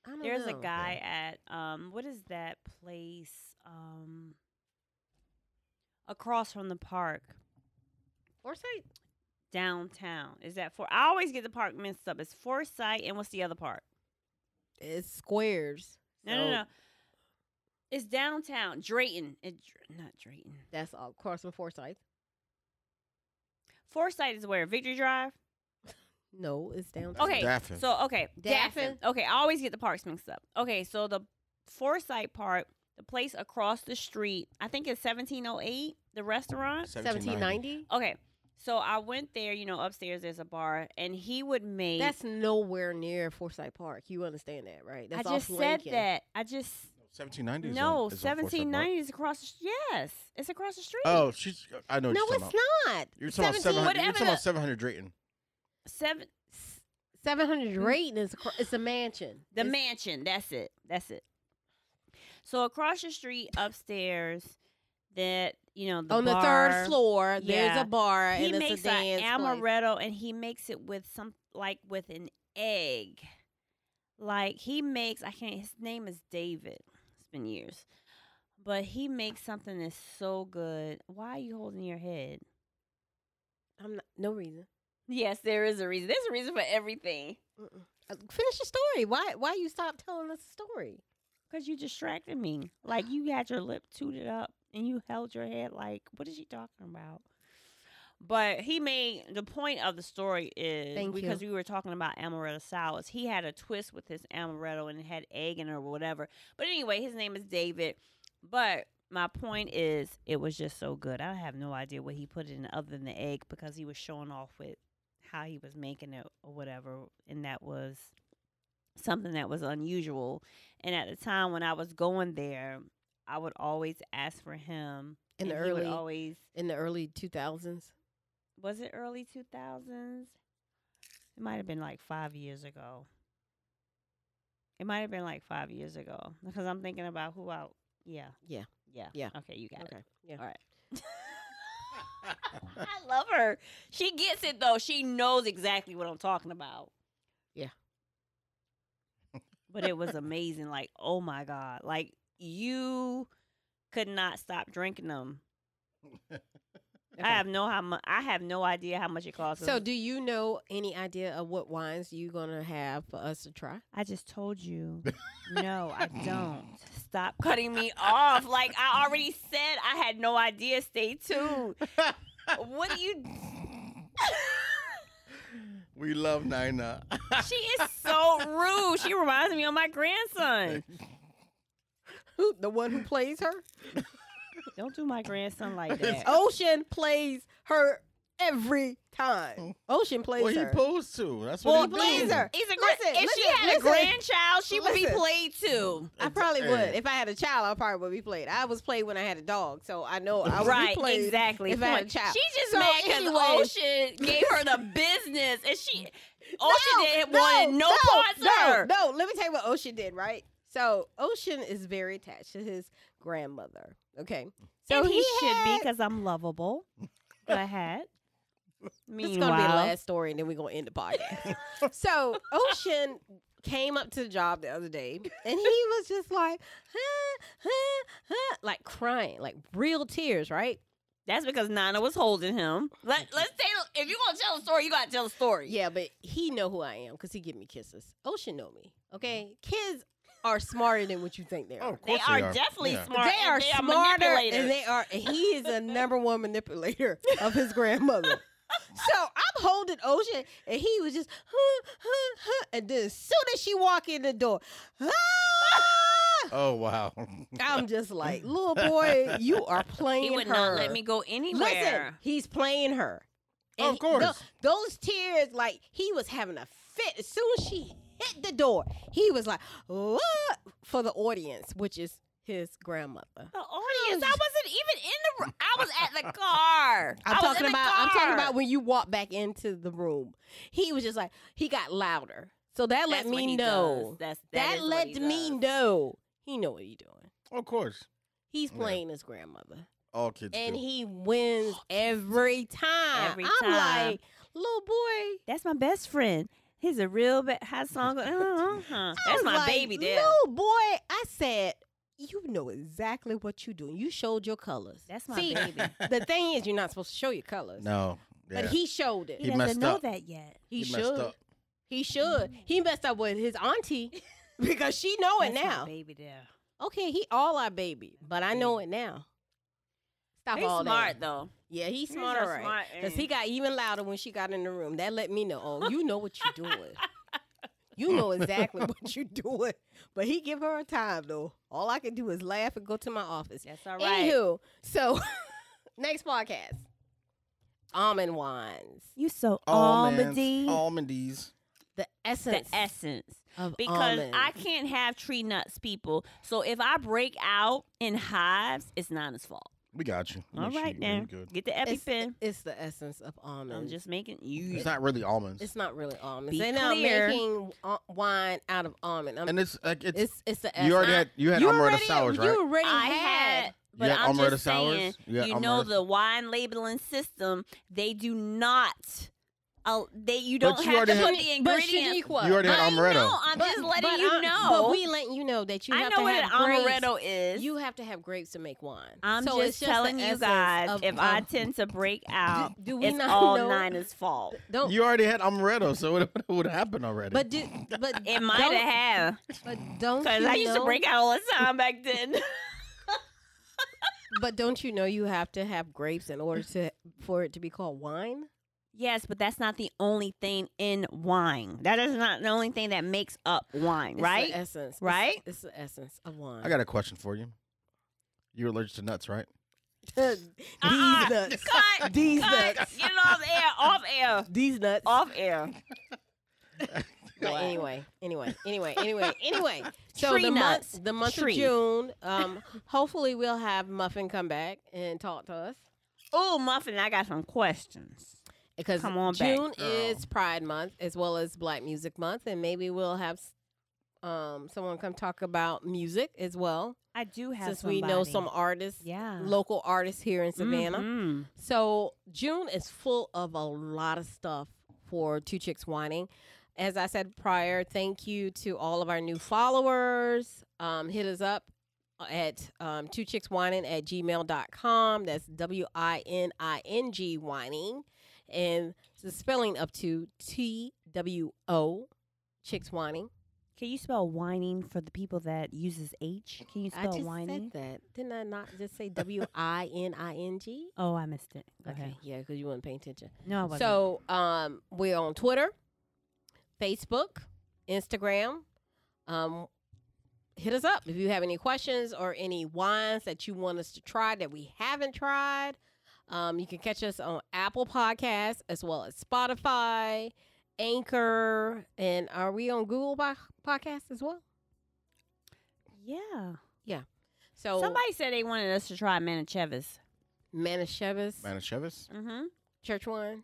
[SPEAKER 4] I don't
[SPEAKER 1] There's a
[SPEAKER 4] know.
[SPEAKER 1] guy at um, what is that place? Um, across from the park
[SPEAKER 4] Forsyth.
[SPEAKER 1] downtown. Is that for? I always get the park mixed up. It's Foresight and what's the other park?
[SPEAKER 4] It's squares.
[SPEAKER 1] No, no,
[SPEAKER 4] so-
[SPEAKER 1] no. It's downtown Drayton. It, not Drayton.
[SPEAKER 4] That's all. Carson Forsyth.
[SPEAKER 1] Foresight is where Victory Drive.
[SPEAKER 4] No, it's downtown.
[SPEAKER 1] Okay,
[SPEAKER 5] Daffin.
[SPEAKER 1] so okay,
[SPEAKER 4] Daffin.
[SPEAKER 1] Daffin. Okay, I always get the parks mixed up. Okay, so the Foresight Park, the place across the street, I think it's 1708, the
[SPEAKER 4] uh,
[SPEAKER 1] restaurant.
[SPEAKER 4] 1790.
[SPEAKER 1] Okay, so I went there. You know, upstairs there's a bar, and he would make.
[SPEAKER 4] That's nowhere near Forsyth Park. You understand that, right? That's
[SPEAKER 1] I just
[SPEAKER 4] off
[SPEAKER 1] said
[SPEAKER 4] Lincoln.
[SPEAKER 1] that. I just
[SPEAKER 5] 1790 is on-
[SPEAKER 1] no.
[SPEAKER 5] is on Forsyth Park.
[SPEAKER 1] 1790 is across. The, sh- yes, it's across the street.
[SPEAKER 5] Oh, she's. I know what
[SPEAKER 4] No,
[SPEAKER 5] you're
[SPEAKER 4] it's
[SPEAKER 5] talking about.
[SPEAKER 4] not.
[SPEAKER 5] You're talking
[SPEAKER 4] 17
[SPEAKER 5] about 700. You're
[SPEAKER 1] whatever
[SPEAKER 5] talking about
[SPEAKER 1] the-
[SPEAKER 5] 700 Drayton.
[SPEAKER 1] seven.
[SPEAKER 4] S- 700 Drayton is acro- it's a mansion.
[SPEAKER 1] Mm. The
[SPEAKER 4] It's-
[SPEAKER 1] mansion. That's it. That's it. So across the street, upstairs, that you know, the
[SPEAKER 4] on the
[SPEAKER 1] bar-
[SPEAKER 4] third floor. There's
[SPEAKER 1] Yeah.
[SPEAKER 4] a bar
[SPEAKER 1] He
[SPEAKER 4] and it's
[SPEAKER 1] makes
[SPEAKER 4] a dance.
[SPEAKER 1] an
[SPEAKER 4] place.
[SPEAKER 1] amaretto, and he makes it with some like with an egg. Like he makes, I can't. His name is David. It's been years, but he makes something that's so good. Why are you holding your head?
[SPEAKER 4] I'm not, no reason.
[SPEAKER 1] Yes, there is a reason. There's a reason for everything.
[SPEAKER 4] Mm-mm. Uh, Finish your story. Why? Why you stop telling us a story?
[SPEAKER 1] Cause you distracted me. Like you had your lip tooted up and you held your head like, what is she talking about? But he made the point of the story is
[SPEAKER 4] Thank
[SPEAKER 1] because we were talking about amaretto salads. He had a twist with his amaretto and it had egg in it or whatever. But anyway, his name is David. But my point is, it was just so good. I have no idea what he put in other than the egg because he was showing off with how he was making it or whatever, and that was something that was unusual. And at the time when I was going there, I would always ask for him.
[SPEAKER 4] In the
[SPEAKER 1] and he would
[SPEAKER 4] early
[SPEAKER 1] always
[SPEAKER 4] in the early 2000s.
[SPEAKER 1] was it early two thousands? It might have been like five years ago. It might have been like five years ago because I'm thinking about who I. Yeah.
[SPEAKER 4] Yeah.
[SPEAKER 1] Yeah.
[SPEAKER 4] Yeah.
[SPEAKER 1] Okay, you got it.
[SPEAKER 4] Okay. Yeah.
[SPEAKER 1] All right. I love her. She gets it though. She knows exactly what I'm talking about.
[SPEAKER 4] Yeah.
[SPEAKER 1] But it was amazing. Like, oh my God. Like you could not stop drinking them.
[SPEAKER 4] Okay.
[SPEAKER 1] I have no how much I have no idea how much it costs.
[SPEAKER 4] So, do you know any idea of what wines you gonna have for us to try?
[SPEAKER 1] I just told you. no, I don't. Stop cutting me off. Like I already said I had no idea. Stay tuned. what do you
[SPEAKER 5] We love Nina.
[SPEAKER 1] She is so rude. She reminds me of my grandson.
[SPEAKER 4] Who the one who plays her?
[SPEAKER 1] Don't do my grandson like
[SPEAKER 4] Oh,
[SPEAKER 1] that.
[SPEAKER 4] Ocean plays her every time. Ocean plays
[SPEAKER 5] What he
[SPEAKER 4] her.
[SPEAKER 5] posed to. That's
[SPEAKER 4] Well,
[SPEAKER 5] what he
[SPEAKER 4] please
[SPEAKER 5] do.
[SPEAKER 4] her.
[SPEAKER 1] He's a gra-
[SPEAKER 4] Listen,
[SPEAKER 1] if she
[SPEAKER 4] listen,
[SPEAKER 1] had
[SPEAKER 4] listen.
[SPEAKER 1] a grandchild, she would be
[SPEAKER 4] Listen.
[SPEAKER 1] played too.
[SPEAKER 4] I probably would.
[SPEAKER 5] Hey.
[SPEAKER 4] If I had a child, I probably would be played. I was played when I had a dog, so I know I would
[SPEAKER 1] right,
[SPEAKER 4] be played.
[SPEAKER 1] exactly.
[SPEAKER 4] if I had a
[SPEAKER 1] Point.
[SPEAKER 4] child.
[SPEAKER 1] She just
[SPEAKER 4] So
[SPEAKER 1] mad because
[SPEAKER 4] anyway-
[SPEAKER 1] Ocean gave her the business, and she
[SPEAKER 4] No,
[SPEAKER 1] Ocean didn't wanted no, parts
[SPEAKER 4] no,
[SPEAKER 1] of her.
[SPEAKER 4] No, let me tell you what Ocean did, right? So Ocean is very attached to his grandmother. Okay. So
[SPEAKER 1] and he, should be
[SPEAKER 4] had-
[SPEAKER 1] because I'm lovable. Go ahead.
[SPEAKER 4] This
[SPEAKER 1] Meanwhile,
[SPEAKER 4] is gonna be the last story, and then we're gonna end the podcast. so Ocean came up to the job the other day, and he was just like, huh, huh, huh, like crying, like real tears, right?
[SPEAKER 1] that's because Nana was holding him. Let Let's tell. If you're gonna tell a story, you gotta tell a story.
[SPEAKER 4] Yeah, but he know who I am because he give me kisses. Ocean know me. Okay, kids are smarter than what you think they
[SPEAKER 5] Oh,
[SPEAKER 4] are.
[SPEAKER 5] of
[SPEAKER 1] They
[SPEAKER 5] course
[SPEAKER 1] are, definitely
[SPEAKER 5] Yeah.
[SPEAKER 1] smart.
[SPEAKER 4] They
[SPEAKER 1] and
[SPEAKER 4] are smarter,
[SPEAKER 1] manipulators.
[SPEAKER 4] and they are. And he is a number one manipulator of his grandmother. So I'm holding Ocean, and he was just, huh, huh, huh, and then as soon as she walk in the door, "Ah!"
[SPEAKER 5] Oh wow.
[SPEAKER 4] I'm just like, little boy, you are playing
[SPEAKER 1] He would
[SPEAKER 4] her.
[SPEAKER 1] not let me go anywhere.
[SPEAKER 4] Listen, he's playing her.
[SPEAKER 5] Of
[SPEAKER 4] he-
[SPEAKER 5] course.
[SPEAKER 4] tho- those tears, like he was having a fit. As soon as she hit the door, he was like, what? For the audience, which is his grandmother.
[SPEAKER 1] The audience. I wasn't even in the. room. I was at the car. I
[SPEAKER 4] I'm
[SPEAKER 1] was
[SPEAKER 4] talking
[SPEAKER 1] in the
[SPEAKER 4] about I'm talking
[SPEAKER 1] car.
[SPEAKER 4] about when you walk back into the room. He was just like he got louder. So that
[SPEAKER 1] That's
[SPEAKER 4] let
[SPEAKER 1] what
[SPEAKER 4] me
[SPEAKER 1] he
[SPEAKER 4] know.
[SPEAKER 1] does. That's
[SPEAKER 4] That,
[SPEAKER 1] is what
[SPEAKER 4] let
[SPEAKER 1] he
[SPEAKER 4] me
[SPEAKER 1] does.
[SPEAKER 4] know. He know what he's doing.
[SPEAKER 5] of course.
[SPEAKER 4] He's
[SPEAKER 5] Yeah.
[SPEAKER 4] playing his grandmother.
[SPEAKER 5] All kids.
[SPEAKER 4] And
[SPEAKER 5] do.
[SPEAKER 4] he wins every time.
[SPEAKER 1] Every time.
[SPEAKER 4] I'm like, little boy.
[SPEAKER 1] That's my best friend. He's a real ba- hot song. Uh-huh.
[SPEAKER 4] I
[SPEAKER 1] That's
[SPEAKER 4] was
[SPEAKER 1] my
[SPEAKER 4] like,
[SPEAKER 1] baby there.
[SPEAKER 4] Little boy. I said, you know exactly what you're doing. You showed your colors.
[SPEAKER 1] That's my
[SPEAKER 4] See,
[SPEAKER 1] baby.
[SPEAKER 4] the thing is, you're not supposed to show your colors.
[SPEAKER 5] No. Yeah.
[SPEAKER 4] But he showed it.
[SPEAKER 5] He messed up.
[SPEAKER 1] that yet.
[SPEAKER 4] He,
[SPEAKER 5] He
[SPEAKER 4] should.
[SPEAKER 5] messed up.
[SPEAKER 1] Mm.
[SPEAKER 4] He should. He messed up with his auntie because she know it
[SPEAKER 1] That's my
[SPEAKER 4] now.
[SPEAKER 1] baby Mm. there.
[SPEAKER 4] Okay, he all our baby, but I know it now. Stop
[SPEAKER 1] He's
[SPEAKER 4] all
[SPEAKER 1] smart
[SPEAKER 4] that.
[SPEAKER 1] though.
[SPEAKER 4] Yeah, he's
[SPEAKER 1] He's
[SPEAKER 4] smart,
[SPEAKER 1] a
[SPEAKER 4] all right.
[SPEAKER 1] smart
[SPEAKER 4] Because he
[SPEAKER 1] and-
[SPEAKER 4] got even louder when she got in the room. That let me know, oh, you know what you're doing. you know exactly what you're doing. But he give her a time, though. All I can do is laugh and go to my office.
[SPEAKER 1] That's all right.
[SPEAKER 4] Anywho, so next podcast. Almond wines.
[SPEAKER 6] You so
[SPEAKER 5] Almonds, almondies.
[SPEAKER 4] The
[SPEAKER 1] The
[SPEAKER 4] essence
[SPEAKER 1] essence.
[SPEAKER 4] of
[SPEAKER 1] Because I
[SPEAKER 4] almonds.
[SPEAKER 1] can't have tree nuts, people. So if I break out in hives, it's Nana's fault.
[SPEAKER 5] We got you.
[SPEAKER 1] All right now,
[SPEAKER 5] Good.
[SPEAKER 1] get the
[SPEAKER 4] It's,
[SPEAKER 1] EpiPen.
[SPEAKER 4] it's the essence of almonds.
[SPEAKER 1] I'm just making you.
[SPEAKER 5] It's not really almonds,
[SPEAKER 4] It's not really almonds.
[SPEAKER 1] Be
[SPEAKER 4] They're
[SPEAKER 1] clear.
[SPEAKER 4] not making wa- wine out of almond. I'm,
[SPEAKER 5] and it's like it's.
[SPEAKER 4] it's it's the
[SPEAKER 5] you already
[SPEAKER 4] essence.
[SPEAKER 5] had you had
[SPEAKER 4] You
[SPEAKER 5] amaretto
[SPEAKER 4] already-
[SPEAKER 5] sours, right?
[SPEAKER 4] You already
[SPEAKER 1] I
[SPEAKER 4] had.
[SPEAKER 1] had, but
[SPEAKER 5] had
[SPEAKER 1] I'm
[SPEAKER 5] amaretto
[SPEAKER 1] just
[SPEAKER 5] sours?
[SPEAKER 1] saying,
[SPEAKER 5] You had
[SPEAKER 1] you know
[SPEAKER 5] amaretto-
[SPEAKER 1] the wine labeling system. They do not. Uh, they you
[SPEAKER 5] But
[SPEAKER 1] don't
[SPEAKER 5] you
[SPEAKER 1] have to
[SPEAKER 5] already
[SPEAKER 1] put
[SPEAKER 5] had-
[SPEAKER 1] the
[SPEAKER 4] But
[SPEAKER 1] ingredients.
[SPEAKER 4] Shaniqua,
[SPEAKER 5] You already had
[SPEAKER 1] I
[SPEAKER 5] amaretto.
[SPEAKER 1] know. I'm
[SPEAKER 4] but-
[SPEAKER 1] just letting
[SPEAKER 4] but
[SPEAKER 1] you
[SPEAKER 4] I'm-
[SPEAKER 1] know.
[SPEAKER 4] But we letting you know that you
[SPEAKER 1] I
[SPEAKER 4] have
[SPEAKER 1] know
[SPEAKER 4] to
[SPEAKER 1] what an
[SPEAKER 4] have grapes.
[SPEAKER 1] amaretto is.
[SPEAKER 4] You have to have grapes to make wine.
[SPEAKER 1] I'm
[SPEAKER 4] So
[SPEAKER 1] just,
[SPEAKER 4] it's the
[SPEAKER 1] telling you
[SPEAKER 4] essence
[SPEAKER 1] guys,
[SPEAKER 4] of-
[SPEAKER 1] if I
[SPEAKER 4] of-
[SPEAKER 1] tend to break out,
[SPEAKER 4] do we
[SPEAKER 1] it's
[SPEAKER 4] not
[SPEAKER 1] all
[SPEAKER 4] know?
[SPEAKER 1] Nina's fault.
[SPEAKER 4] don't.
[SPEAKER 5] You already had amaretto, so it would have happened already.
[SPEAKER 4] but do, but
[SPEAKER 1] It might
[SPEAKER 4] don't-
[SPEAKER 1] have,
[SPEAKER 4] But don't
[SPEAKER 1] because
[SPEAKER 4] you
[SPEAKER 1] I used
[SPEAKER 4] know,
[SPEAKER 1] to break out all the time back then.
[SPEAKER 4] But don't you know you have to have grapes in order to for it to be called wine?
[SPEAKER 1] Yes, but that's not the only thing in wine. That is not the only thing that makes up wine,
[SPEAKER 4] It's the
[SPEAKER 1] right?
[SPEAKER 4] essence. It's-
[SPEAKER 1] Right?
[SPEAKER 4] It's, the essence of wine.
[SPEAKER 5] I got a question for you. You're allergic to nuts, right?
[SPEAKER 4] these
[SPEAKER 1] Uh-uh.
[SPEAKER 4] nuts.
[SPEAKER 1] Cut,
[SPEAKER 4] These
[SPEAKER 1] cut.
[SPEAKER 4] nuts.
[SPEAKER 1] Get it off air, off air,
[SPEAKER 4] These nuts.
[SPEAKER 1] off air.
[SPEAKER 4] But anyway, anyway, anyway, anyway, anyway. So
[SPEAKER 1] Tree
[SPEAKER 4] the
[SPEAKER 1] nuts.
[SPEAKER 4] month, the month
[SPEAKER 1] Tree.
[SPEAKER 4] of June. Um, hopefully we'll have Muffin come back and talk to us
[SPEAKER 1] Oh, muffin, I got some questions.
[SPEAKER 4] because
[SPEAKER 1] Come on back,
[SPEAKER 4] June
[SPEAKER 5] girl.
[SPEAKER 4] is Pride Month as well as Black Music Month, and maybe we'll have um someone come talk about music as well
[SPEAKER 1] I do have
[SPEAKER 4] since we know
[SPEAKER 1] somebody.
[SPEAKER 4] some artists,
[SPEAKER 1] yeah
[SPEAKER 4] local artists here in Savannah.
[SPEAKER 1] Mhm.
[SPEAKER 4] So June is full of a lot of stuff for Two Chicks Whining. As I said prior, thank you to all of our new followers. Um, hit us up at um, two chicks whining at gmail.com. That's W I N I N G whining. And the spelling up to T W O chicks whining.
[SPEAKER 1] Can you spell whining for the people that uses H? Can you
[SPEAKER 4] I
[SPEAKER 1] spell
[SPEAKER 4] just
[SPEAKER 1] whining?
[SPEAKER 4] said that. Didn't I not just say W I N I N G?
[SPEAKER 1] Oh, I missed it. Go
[SPEAKER 4] Okay.
[SPEAKER 1] ahead.
[SPEAKER 4] Yeah, because you weren't paying attention.
[SPEAKER 1] No, I wasn't.
[SPEAKER 4] So um, we're on Twitter, Facebook, Instagram. Um, hit us up if you have any questions or any wines that you want us to try that we haven't tried. Um, you can catch us on Apple Podcasts as well as Spotify, Anchor, and are we on Google po- Podcasts as well?
[SPEAKER 1] yeah.
[SPEAKER 4] So
[SPEAKER 1] Somebody said they wanted us to try Manichevis.
[SPEAKER 4] Manischewitz,
[SPEAKER 5] Manischewitz?
[SPEAKER 1] Mm-hmm.
[SPEAKER 4] Church Wine.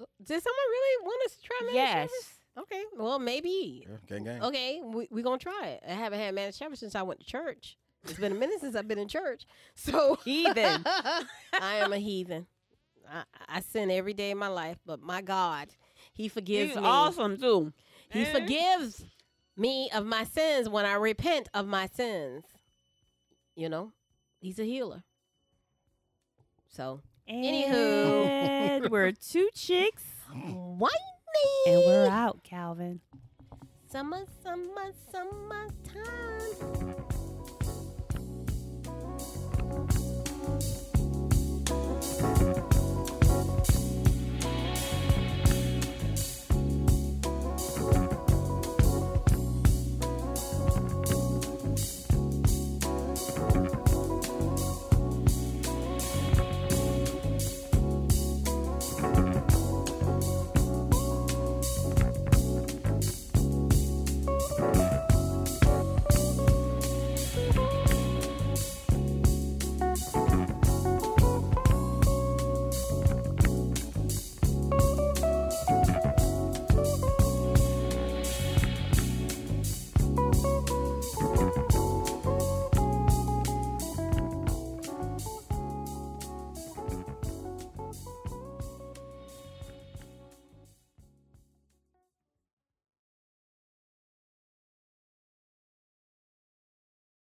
[SPEAKER 4] Uh, Did someone really want us to try Manischewitz?
[SPEAKER 1] Yes.
[SPEAKER 4] Okay. Well, maybe.
[SPEAKER 5] Yeah, gang gang.
[SPEAKER 4] Okay, we're we going to try it. I haven't had managed shepherd since I went to church. It's been a minute since I've been in church. So
[SPEAKER 1] Heathen.
[SPEAKER 4] I am a heathen. I, I sin every day of my life, but my God, He forgives
[SPEAKER 1] He's
[SPEAKER 4] me.
[SPEAKER 1] awesome too.
[SPEAKER 4] He
[SPEAKER 1] Mhm.
[SPEAKER 4] forgives me of my sins when I repent of my sins. You know, He's a healer. So, Anywho.
[SPEAKER 1] And we're two chicks,
[SPEAKER 4] why
[SPEAKER 1] and we're out, Calvin.
[SPEAKER 4] summer, summer, summertime.